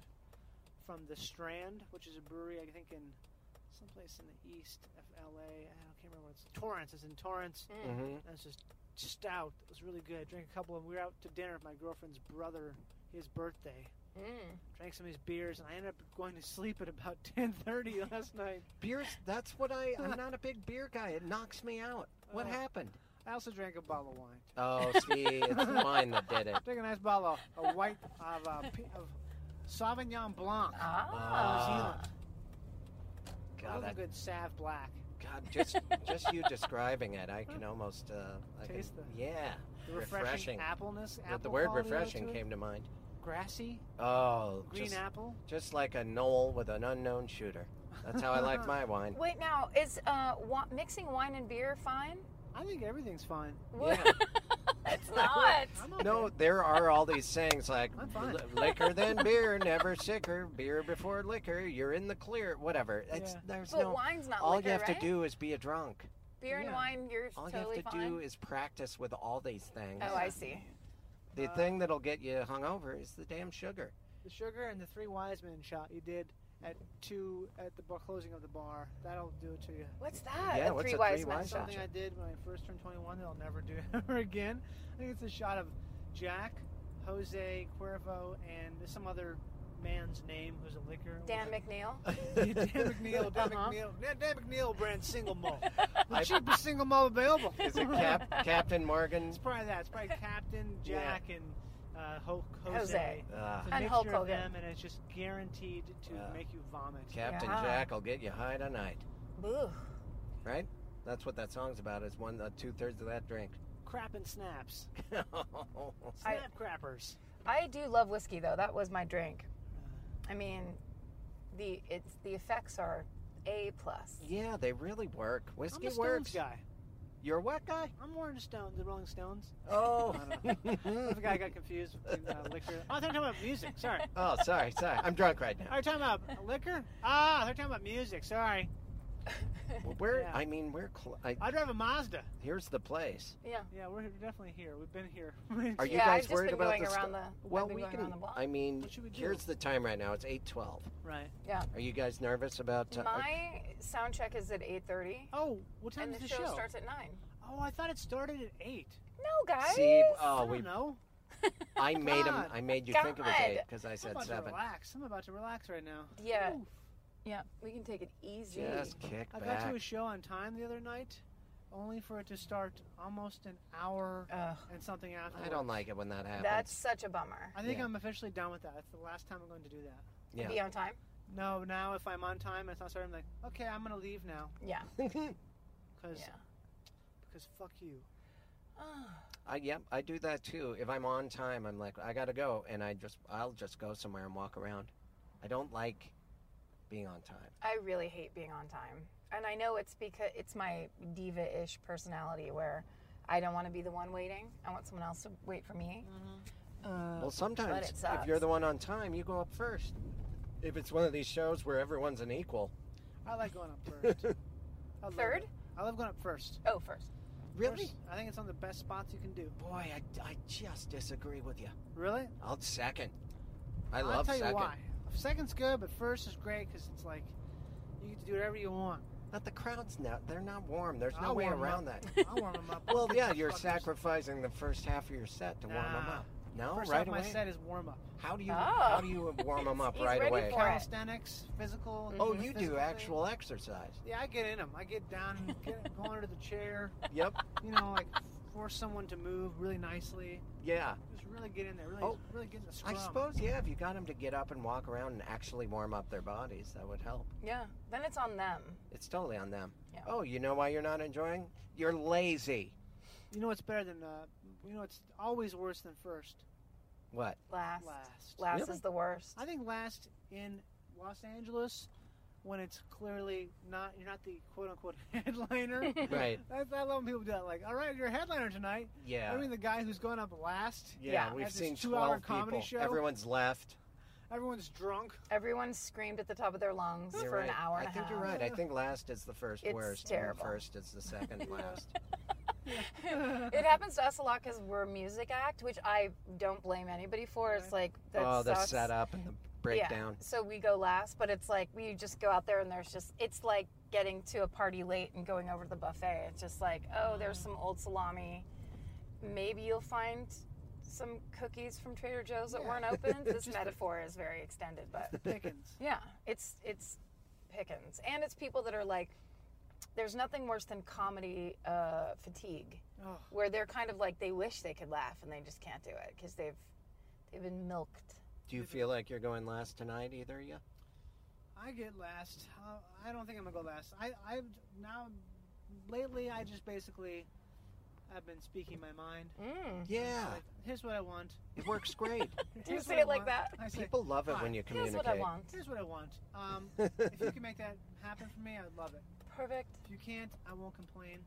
Speaker 4: from the Strand, which is a brewery I think in someplace in the east of LA. I don't- can't remember. What it's Torrance. It's in Torrance.
Speaker 3: Mm.
Speaker 2: hmm
Speaker 4: And it's just stout. It was really good. Drank a couple of. We were out to dinner with my girlfriend's brother, his birthday.
Speaker 3: Mm.
Speaker 4: Drank some of these beers, and I ended up going to sleep at about ten thirty last night.
Speaker 2: Beers. That's what I. I'm not a big beer guy. It knocks me out. What
Speaker 4: Oh.
Speaker 2: happened?
Speaker 4: I also drank a bottle of wine.
Speaker 2: Oh, see, it's mine that did it.
Speaker 4: Drank a nice bottle of, of white of, uh, p- of Sauvignon Blanc.
Speaker 2: Uh,
Speaker 3: Ah.
Speaker 4: Zealand. I
Speaker 2: God,
Speaker 4: love a
Speaker 2: I,
Speaker 4: good Sav Black.
Speaker 2: God, just just you describing it, I can almost uh, I can-
Speaker 4: Taste the-
Speaker 2: yeah.
Speaker 4: The refreshing,
Speaker 2: Refreshing.
Speaker 4: appleness. Apple
Speaker 2: But the word
Speaker 4: quality
Speaker 2: refreshing
Speaker 4: to it.
Speaker 2: came to mind.
Speaker 4: Grassy,
Speaker 2: Oh,
Speaker 4: green
Speaker 2: just,
Speaker 4: apple.
Speaker 2: just like a knoll with an unknown shooter. That's how I like my wine.
Speaker 3: Wait, now, is uh, wa- mixing wine and beer fine?
Speaker 4: I think everything's fine.
Speaker 3: What?
Speaker 2: Yeah.
Speaker 3: it's not.
Speaker 4: I'm okay.
Speaker 2: No, there are all these sayings like
Speaker 4: I'm fine.
Speaker 2: "Li- liquor than beer, never sicker, beer before liquor, you're in the clear, whatever. It's
Speaker 4: Yeah.
Speaker 2: there's
Speaker 3: But
Speaker 2: no
Speaker 3: wine's not
Speaker 2: all
Speaker 3: liquor,
Speaker 2: you have
Speaker 3: right?
Speaker 2: to do is be a drunk.
Speaker 3: Beer and
Speaker 4: Yeah.
Speaker 3: wine, you're
Speaker 2: All
Speaker 3: totally
Speaker 2: you have to
Speaker 3: fine.
Speaker 2: do is practice with all these things.
Speaker 3: oh, I see.
Speaker 2: the
Speaker 4: Uh,
Speaker 2: thing that'll get you hungover is the damn sugar.
Speaker 4: the sugar and the three wise men shot you did at two at the bar, closing of the bar. That'll do it to you.
Speaker 3: What's that?
Speaker 2: Yeah,
Speaker 3: A
Speaker 2: what's
Speaker 3: three
Speaker 2: a
Speaker 3: wise
Speaker 2: three
Speaker 3: men
Speaker 2: wise
Speaker 3: shot.
Speaker 4: Something I did when I first turned 21 that I'll never do ever again. I think it's a shot of Jack, Jose Cuervo, and some other man's name who's a liquor.
Speaker 3: Dan McNeil.
Speaker 4: Dan McNeil. Dan
Speaker 3: Uh-huh.
Speaker 4: McNeil. Dan- Dan McNeil brand single malt. The
Speaker 2: I-
Speaker 4: cheapest single malt available.
Speaker 2: Is it Cap- Captain Morgan?
Speaker 4: It's probably that. It's probably Captain
Speaker 2: Yeah.
Speaker 4: Jack and uh, Ho- Jose.
Speaker 3: Jose.
Speaker 2: Ah,
Speaker 4: It's a
Speaker 3: And
Speaker 4: mixture
Speaker 3: Hulk
Speaker 4: of
Speaker 3: Hogan.
Speaker 4: them, and it's just guaranteed to
Speaker 2: Yeah.
Speaker 4: make you vomit.
Speaker 2: Captain
Speaker 3: Yeah.
Speaker 2: Jack will get you high tonight,
Speaker 3: Boo.
Speaker 2: right? That's what that song's about. Is one uh, two thirds of that drink.
Speaker 4: Crap and snaps.
Speaker 3: I-
Speaker 4: Snap crappers.
Speaker 3: I do love whiskey though. That was my drink. I mean, the it's the effects are a plus.
Speaker 2: yeah, they really work. Whiskey
Speaker 4: I'm a Stones
Speaker 2: works.
Speaker 4: guy.
Speaker 2: You're a what guy?
Speaker 4: I'm more into Stones, the Rolling Stones.
Speaker 2: Oh.
Speaker 4: I think I got confused between uh, liquor. Oh, I thought you were talking about music. Sorry.
Speaker 2: oh, sorry, sorry. I'm drunk right now.
Speaker 4: Are you talking about liquor? Ah, I thought you were talking about music. Sorry.
Speaker 2: Well, we're.
Speaker 4: Yeah.
Speaker 2: I mean, we're. Cl- I,
Speaker 4: I drive a Mazda.
Speaker 2: here's the place.
Speaker 3: Yeah.
Speaker 4: Yeah, we're definitely here. We've been here. Many
Speaker 2: Are you
Speaker 3: yeah,
Speaker 2: guys
Speaker 3: I've just
Speaker 2: worried
Speaker 3: been
Speaker 2: about
Speaker 3: going
Speaker 2: the
Speaker 3: around
Speaker 2: sto-
Speaker 3: the.
Speaker 2: Well,
Speaker 3: I've been
Speaker 2: we
Speaker 3: going
Speaker 2: can.
Speaker 3: around the block.
Speaker 2: I mean,
Speaker 4: What should we do?
Speaker 2: here's the time right now. It's eight twelve.
Speaker 4: Right.
Speaker 2: Are you guys nervous about? uh,
Speaker 3: My sound check is at eight thirty,
Speaker 4: Oh, what time
Speaker 3: and
Speaker 4: is
Speaker 3: the,
Speaker 4: the
Speaker 3: show, starts at nine.
Speaker 4: Oh, I thought it started at eight.
Speaker 3: No, guys.
Speaker 2: See,
Speaker 4: I
Speaker 2: oh,
Speaker 4: don't
Speaker 2: we.
Speaker 4: know.
Speaker 2: I made him.
Speaker 4: God.
Speaker 2: I made you think it was
Speaker 3: God.
Speaker 2: eight because I
Speaker 4: I'm
Speaker 2: said
Speaker 4: about to
Speaker 2: seven.
Speaker 4: relax. I'm about to relax right now.
Speaker 3: Yeah.
Speaker 4: Oof.
Speaker 3: Yeah. We can take it easy.
Speaker 2: Just kick
Speaker 4: I got
Speaker 2: back.
Speaker 4: to a show on time the other night. only for it to start almost an hour
Speaker 3: Ugh,
Speaker 4: and something after.
Speaker 2: I don't like it when that happens.
Speaker 3: that's such a bummer.
Speaker 4: I think
Speaker 2: Yeah.
Speaker 4: I'm officially done with that. That's the last time I'm going to do that.
Speaker 2: yeah.
Speaker 3: Be on time.
Speaker 4: No, now if I'm on time and it's not starting, I'm like, okay, I'm gonna leave now
Speaker 3: Yeah.
Speaker 4: because
Speaker 3: Yeah.
Speaker 4: because fuck you.
Speaker 3: Ah,
Speaker 2: I, yep, I do that too. If I'm on time, I'm like, I gotta go, and I just, I'll just go somewhere and walk around. I don't like being on time.
Speaker 3: I really hate being on time, and I know it's because it's my diva-ish personality where I don't want to be the one waiting. I want someone else to wait for me. Uh,
Speaker 2: well, sometimes
Speaker 3: it
Speaker 2: if you're
Speaker 3: sucks.
Speaker 2: the one on time, you go up first. If it's one of these shows where everyone's an equal,
Speaker 4: I like going up first. I love
Speaker 3: Third?
Speaker 4: it. I love going up first.
Speaker 3: Oh, first.
Speaker 2: really,
Speaker 4: First, I think it's one of the best spots you can do.
Speaker 2: boy, I, I just disagree with you.
Speaker 4: Really?
Speaker 2: I'll second. I
Speaker 4: I'll
Speaker 2: love
Speaker 4: tell
Speaker 2: second.
Speaker 4: you why. Second's good, but first is great because it's like you get to do whatever you want.
Speaker 2: But the crowd's not, they're not warm. There's no
Speaker 4: I'll
Speaker 2: way
Speaker 4: warm 'em
Speaker 2: around that.
Speaker 4: I'll warm them up.
Speaker 2: Well, yeah, you're
Speaker 4: Fuckers.
Speaker 2: sacrificing the first half of your set to warm them
Speaker 4: Nah.
Speaker 2: up. No,
Speaker 4: First
Speaker 2: Oh, right
Speaker 4: off,
Speaker 2: away.
Speaker 4: my set is warm up.
Speaker 2: How do you
Speaker 3: Oh.
Speaker 2: how do you warm them up
Speaker 3: He's
Speaker 2: right
Speaker 3: ready
Speaker 2: away?
Speaker 3: for it.
Speaker 4: Calisthenics, physical.
Speaker 2: Oh,
Speaker 4: the
Speaker 2: you do
Speaker 4: physical thing.
Speaker 2: actual exercise.
Speaker 4: Yeah, I get in them. I get down, and get, go under the chair.
Speaker 2: Yep.
Speaker 4: You know, like force someone to move really nicely.
Speaker 2: Yeah.
Speaker 4: Just really get in there. Really,
Speaker 2: Oh,
Speaker 4: really get in the scrum.
Speaker 2: I suppose yeah. If you got them to get up and walk around and actually warm up their bodies, that would help.
Speaker 3: Yeah. Then it's on them.
Speaker 2: It's totally on them.
Speaker 3: Yeah.
Speaker 2: Oh, you know why you're not enjoying? You're lazy.
Speaker 4: You know what's better than uh, you know it's always worse than first.
Speaker 2: What?
Speaker 3: Last. Last,
Speaker 4: Last.
Speaker 2: Really?
Speaker 3: is the worst.
Speaker 4: I think last in Los Angeles when it's clearly not you're not the quote unquote headliner.
Speaker 2: Right.
Speaker 4: I, I love when people do that. Like, all right, you're a headliner tonight.
Speaker 2: Yeah.
Speaker 4: I mean, the guy who's going up last.
Speaker 2: yeah,
Speaker 3: Yeah.
Speaker 2: We've
Speaker 4: At this
Speaker 2: seen
Speaker 4: two-hour
Speaker 2: twelve
Speaker 4: comedy
Speaker 2: people.
Speaker 4: show?
Speaker 2: Everyone's left.
Speaker 4: Everyone's drunk.
Speaker 3: Everyone screamed at the top of their lungs
Speaker 2: You're
Speaker 3: for
Speaker 2: right.
Speaker 3: an hour and
Speaker 2: I
Speaker 3: a
Speaker 2: think
Speaker 3: half.
Speaker 2: you're right. I think last is the first
Speaker 3: It's
Speaker 2: worst.
Speaker 3: terrible.
Speaker 2: And the first is the second last.
Speaker 3: it happens to us a lot because we're a music act, which I don't blame anybody for. It's like that
Speaker 2: oh, the
Speaker 3: sucks.
Speaker 2: setup and the breakdown.
Speaker 3: Yeah, so we go last, but it's like we just go out there and there's just it's like getting to a party late and going over to the buffet. It's just like oh, there's some old salami. Maybe you'll find some cookies from Trader Joe's that weren't open. This metaphor is very extended, but
Speaker 4: Pickens.
Speaker 3: yeah, it's it's pickings, and it's people that are like, there's nothing worse than comedy uh, fatigue,
Speaker 4: Oh.
Speaker 3: where they're kind of like they wish they could laugh and they just can't do it because they've they've been milked.
Speaker 2: Do you feel like you're going last tonight? Either of you?
Speaker 4: I get last. Uh, I don't think I'm gonna go last. I I've now lately I just basically I've been speaking my mind.
Speaker 3: Mm.
Speaker 2: Yeah.
Speaker 4: Like, here's what I want.
Speaker 2: It works great.
Speaker 4: Here's
Speaker 3: you
Speaker 4: what
Speaker 3: say
Speaker 4: I
Speaker 3: it like
Speaker 4: want.
Speaker 3: that?
Speaker 4: I say,
Speaker 2: People love it when you
Speaker 3: Here's
Speaker 2: communicate.
Speaker 3: what I want.
Speaker 4: Here's what I want. Um, if you
Speaker 2: want.
Speaker 4: can make that happen for me, I'd love it.
Speaker 3: Perfect.
Speaker 4: If you can't, I won't complain.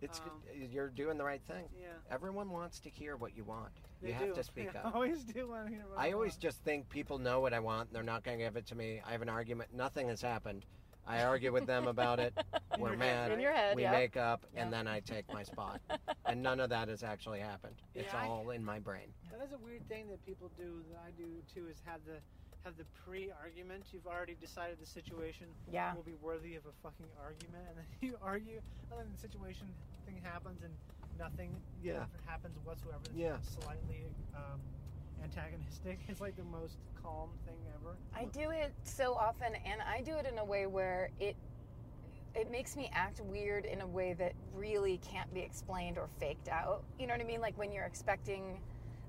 Speaker 2: it's
Speaker 4: Um,
Speaker 2: good. you're doing the right thing.
Speaker 4: Yeah.
Speaker 2: Everyone wants to hear what you want.
Speaker 4: They
Speaker 2: you have
Speaker 4: do.
Speaker 2: to speak
Speaker 4: They
Speaker 2: up.
Speaker 4: always do want to hear what
Speaker 2: I always
Speaker 4: want.
Speaker 2: just think people know what I want and they're not going to give it to me. I have an argument. Nothing has happened. I argue with them about it.
Speaker 4: In
Speaker 2: We're
Speaker 4: your head,
Speaker 2: mad.
Speaker 3: In your head,
Speaker 2: we
Speaker 3: yeah.
Speaker 2: make up and
Speaker 3: Yeah.
Speaker 2: then I take my spot. and none of that has actually happened. It's
Speaker 4: Yeah, I-
Speaker 2: all in my brain.
Speaker 4: That is a weird thing that people do that I do too is have the have the pre-argument. You've already decided the situation
Speaker 3: yeah.
Speaker 4: will be worthy of a fucking argument, and then you argue, and then the situation thing happens, and nothing
Speaker 2: Yeah.
Speaker 4: happens whatsoever. It's
Speaker 2: Yeah.
Speaker 4: slightly um, antagonistic. It's like the most calm thing ever.
Speaker 3: I do it so often, and I do it in a way where it it makes me act weird in a way that really can't be explained or faked out. You know what I mean? Like when you're expecting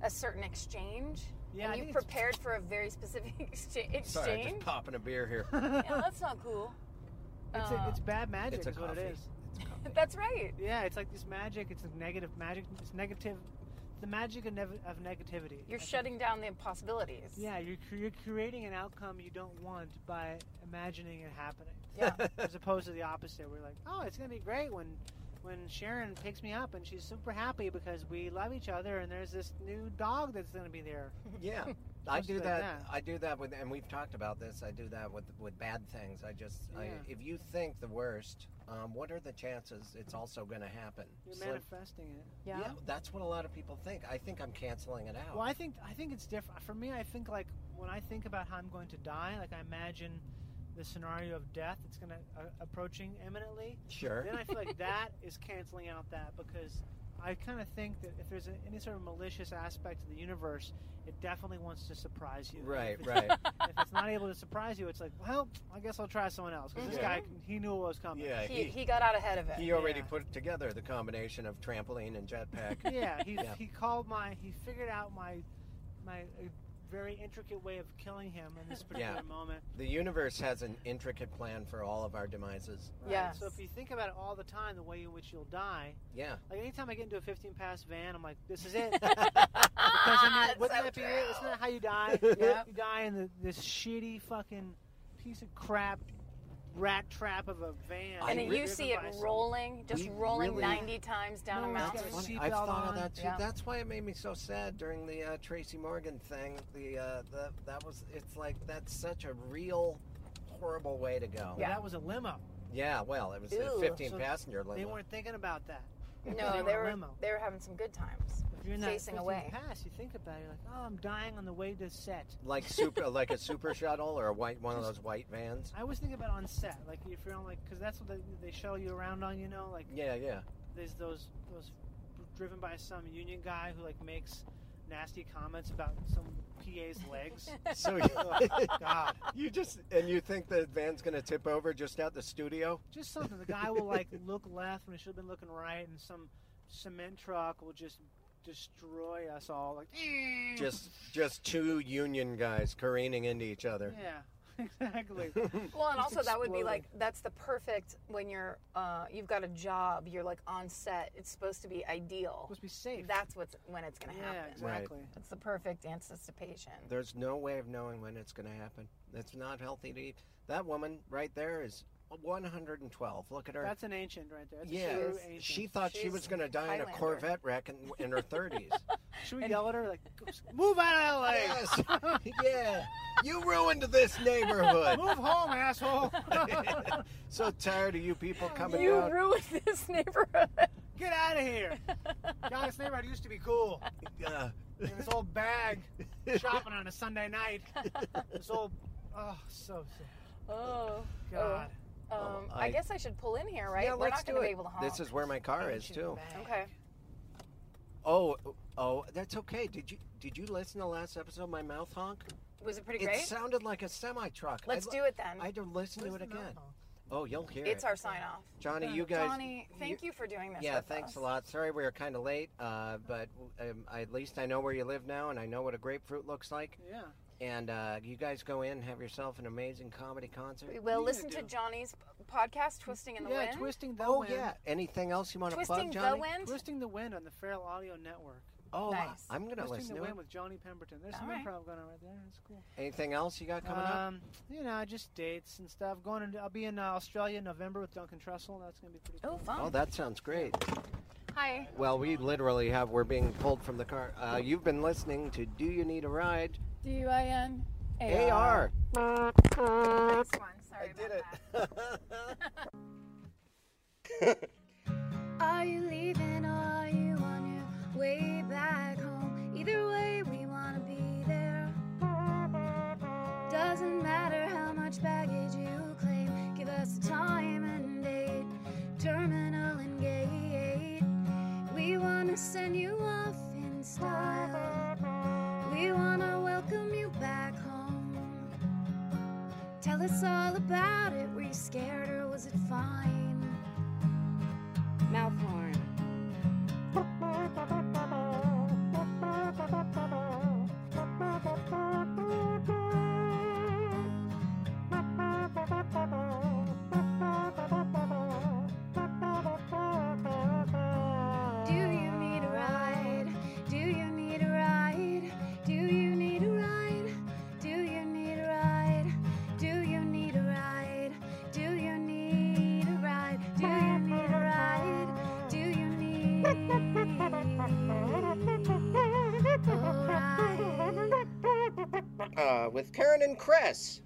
Speaker 3: a certain exchange,
Speaker 4: Yeah, I
Speaker 3: and
Speaker 4: think
Speaker 3: you
Speaker 4: it's-
Speaker 3: prepared for a very specific excha-
Speaker 2: Sorry, I'm just
Speaker 3: exchange.
Speaker 2: popping a beer here.
Speaker 3: yeah, that's not cool.
Speaker 4: It's,
Speaker 3: Uh,
Speaker 4: a, it's bad magic.
Speaker 2: it's a
Speaker 4: is what it
Speaker 2: coffee.
Speaker 4: is.
Speaker 3: that's right.
Speaker 4: Yeah, it's like this magic. It's a negative magic. It's negative. The magic of, nev- of negativity. I
Speaker 3: You're
Speaker 4: think.
Speaker 3: shutting down the possibilities.
Speaker 4: Yeah, you're, cre- you're creating an outcome you don't want by imagining it happening.
Speaker 3: Yeah.
Speaker 4: as opposed to the opposite. We're like, oh, it's gonna be great when when Sharon picks me up and she's super happy because we love each other and there's this new dog that's gonna be there.
Speaker 2: Yeah, I
Speaker 4: Just
Speaker 2: do
Speaker 4: like
Speaker 2: that.
Speaker 4: that.
Speaker 2: I do that with, and we've talked about this. I do that with with bad things. I just, I,
Speaker 4: Yeah.
Speaker 2: if you think the worst, um, what are the chances it's also going to happen?
Speaker 4: You're
Speaker 2: Slim-
Speaker 4: manifesting it.
Speaker 3: Yeah.
Speaker 2: that's what a lot of people think. I think I'm canceling it out.
Speaker 4: Well, I think I think it's different for me. I think like when I think about how I'm going to die, like I imagine the scenario of death that's going to uh, approaching imminently,
Speaker 2: Sure.
Speaker 4: then I feel like that is canceling out that because I kind of think that if there's a, any sort of malicious aspect of the universe, it definitely wants to surprise you.
Speaker 2: Right,
Speaker 4: If it's-
Speaker 2: right.
Speaker 4: if it's not able to surprise you, it's like, well, I guess I'll try someone else because this
Speaker 2: Yeah.
Speaker 4: guy he knew what was coming.
Speaker 2: Mm-hmm. Yeah,
Speaker 3: he,
Speaker 2: he-
Speaker 3: he got out ahead of it.
Speaker 2: He already
Speaker 4: Yeah.
Speaker 2: put together the combination of trampoline and jetpack.
Speaker 4: yeah, he
Speaker 2: Yeah.
Speaker 4: he called my he figured out my my uh, very intricate way of killing him in this particular moment.
Speaker 2: the universe has an intricate plan for all of our demises.
Speaker 3: Yes.
Speaker 4: So if you think about it all the time, the way in which you'll die,
Speaker 2: Yeah.
Speaker 4: like anytime I get into a 15 pass van, I'm like, this is it. Because I mean, wouldn't
Speaker 3: Ah, So
Speaker 4: that be it? Isn't that how you die?
Speaker 3: Yep.
Speaker 4: You die in the, this shitty fucking piece of crap rat trap of a van.
Speaker 2: I
Speaker 3: and then
Speaker 2: really-
Speaker 3: you see it
Speaker 4: driven by some-
Speaker 3: rolling, just
Speaker 2: we
Speaker 3: rolling
Speaker 2: really-
Speaker 3: 90 times down
Speaker 4: No,
Speaker 3: a
Speaker 4: it's
Speaker 3: mountain.
Speaker 4: got a
Speaker 2: Funny,
Speaker 4: seatbelt
Speaker 2: I've thought
Speaker 4: on.
Speaker 2: of that too.
Speaker 3: Yeah.
Speaker 2: That's why it made me so sad during the uh, Tracy Morgan thing. The uh, the that was it's like that's such a real horrible way to go.
Speaker 4: Well, Oh, That was a limo.
Speaker 2: Yeah, well, it was
Speaker 3: Ew.
Speaker 2: a 15
Speaker 4: So
Speaker 2: passenger limo.
Speaker 4: They weren't thinking about that.
Speaker 3: No,
Speaker 4: They
Speaker 3: they,
Speaker 4: were
Speaker 3: were
Speaker 4: limo.
Speaker 3: they were having some good times.
Speaker 4: If you're not
Speaker 3: Facing
Speaker 4: 15
Speaker 3: away.
Speaker 4: pass, you think about it. You're like, oh, I'm dying on the way to set.
Speaker 2: like super like a super shuttle or a white one of those white vans.
Speaker 4: I always think about on set, like if you're on like, because that's what they, they show you around on. You know, like
Speaker 2: Yeah, yeah.
Speaker 4: there's those those driven by some union guy who like makes nasty comments about some PA's legs.
Speaker 2: So
Speaker 4: Ugh, God,
Speaker 2: you just and you think the van's gonna tip over just out the studio?
Speaker 4: just something. The guy will like look left when he should have been looking right, and some cement truck will just destroy us all. Like "Eh."
Speaker 2: Just just two union guys careening into each other.
Speaker 4: yeah, exactly.
Speaker 3: Well, and
Speaker 4: Just
Speaker 3: also that would be
Speaker 4: exploded.
Speaker 3: like that's the perfect when you're uh, you've got a job, you're like on set. It's supposed to be ideal.
Speaker 4: Supposed to be safe.
Speaker 3: That's what's when it's going to
Speaker 4: yeah,
Speaker 3: happen.
Speaker 4: exactly.
Speaker 3: It's the perfect anticipation.
Speaker 2: There's no way of knowing when it's going to happen. That's not healthy to eat. That woman right there is 112. Look at her.
Speaker 4: That's an ancient right there. That's a
Speaker 2: yeah,
Speaker 4: true
Speaker 3: Yes.
Speaker 4: ancient.
Speaker 2: she thought she
Speaker 3: She's
Speaker 2: was going to die in a
Speaker 3: Highlander.
Speaker 2: Corvette wreck in, in her 30s.
Speaker 4: Should we
Speaker 3: And-
Speaker 4: yell at her like, "Move out of LA!
Speaker 2: yes, yeah. You ruined this neighborhood.
Speaker 4: Move home, asshole!
Speaker 2: so tired of you people coming
Speaker 3: you
Speaker 2: out.
Speaker 3: ruined this neighborhood.
Speaker 4: Get out of here! God, this neighborhood used to be cool.
Speaker 2: Uh,
Speaker 4: In this old bag, shopping on a Sunday night. This old, oh, so sick.
Speaker 3: Oh Um,
Speaker 4: God.
Speaker 2: Well,
Speaker 3: I,
Speaker 2: Oh, I-
Speaker 3: guess I should pull in here, right?
Speaker 2: Yeah,
Speaker 3: We're
Speaker 2: let's
Speaker 3: not gonna
Speaker 2: do
Speaker 3: be
Speaker 2: it.
Speaker 3: able to honk.
Speaker 2: This is where my car is too.
Speaker 3: okay.
Speaker 2: Oh, oh, that's okay. Did you did you listen to last episode? of My mouth honk.
Speaker 3: Was it pretty
Speaker 2: It
Speaker 3: great?
Speaker 2: sounded like a semi truck.
Speaker 3: Let's do it then.
Speaker 2: I had to listen to it again. Oh, you'll hear
Speaker 3: it's
Speaker 2: it.
Speaker 3: our sign off.
Speaker 2: Johnny, you guys.
Speaker 3: Johnny, thank you, for doing this.
Speaker 2: Yeah,
Speaker 3: with
Speaker 2: thanks a
Speaker 3: us.
Speaker 2: lot. Sorry we were kind of late, uh, but um, I- at least I know where you live now, and I know what a grapefruit looks like.
Speaker 4: Yeah.
Speaker 2: And uh, you guys go in, have yourself an amazing comedy concert.
Speaker 3: We will
Speaker 4: You
Speaker 3: listen to
Speaker 4: do.
Speaker 3: Johnny's p- podcast, Twisting in the
Speaker 4: yeah,
Speaker 3: Wind.
Speaker 4: Twisting the
Speaker 2: Oh
Speaker 4: Wind.
Speaker 2: yeah. Anything else you want to
Speaker 3: Twisting
Speaker 2: plug,
Speaker 3: the
Speaker 2: Johnny?
Speaker 3: Wind.
Speaker 4: Twisting the Wind on the Feral Audio Network.
Speaker 2: Oh, I-
Speaker 3: Nice.
Speaker 2: I'm gonna
Speaker 4: Twisting
Speaker 2: listen to
Speaker 4: the
Speaker 2: it.
Speaker 4: Wind with Johnny Pemberton. There's
Speaker 3: All
Speaker 4: some
Speaker 3: right.
Speaker 4: improv going on right there. That's cool.
Speaker 2: Anything else you got coming up?
Speaker 4: um, You know, just dates and stuff. Going. To, I'll be in uh, Australia in November with Duncan Trussell. That's gonna be pretty. cool.
Speaker 3: Oh, fun.
Speaker 2: Oh, that sounds great.
Speaker 3: Hi.
Speaker 2: Well, we literally have we're being pulled from the car. Uh, you've been listening to Do You Need a Ride?
Speaker 3: D U I N A
Speaker 2: AR.
Speaker 3: Next one. Sorry about that.
Speaker 1: Are you leaving or are you on your way back home? Either way, we want to be there. Doesn't matter how much baggage you claim, give us a time and date, terminal and gate. We want to send you off in style. We want to welcome you back home. Tell us all about it. Were you scared or was it fine? Mouth horn. Do you need a ride? Do you need a ride? Do you need a ride? Do you need a ride? Do you need a ride? Do you need a ride? Do you need a ride? Do you need a ride?
Speaker 2: Uh, with Karen and Chris.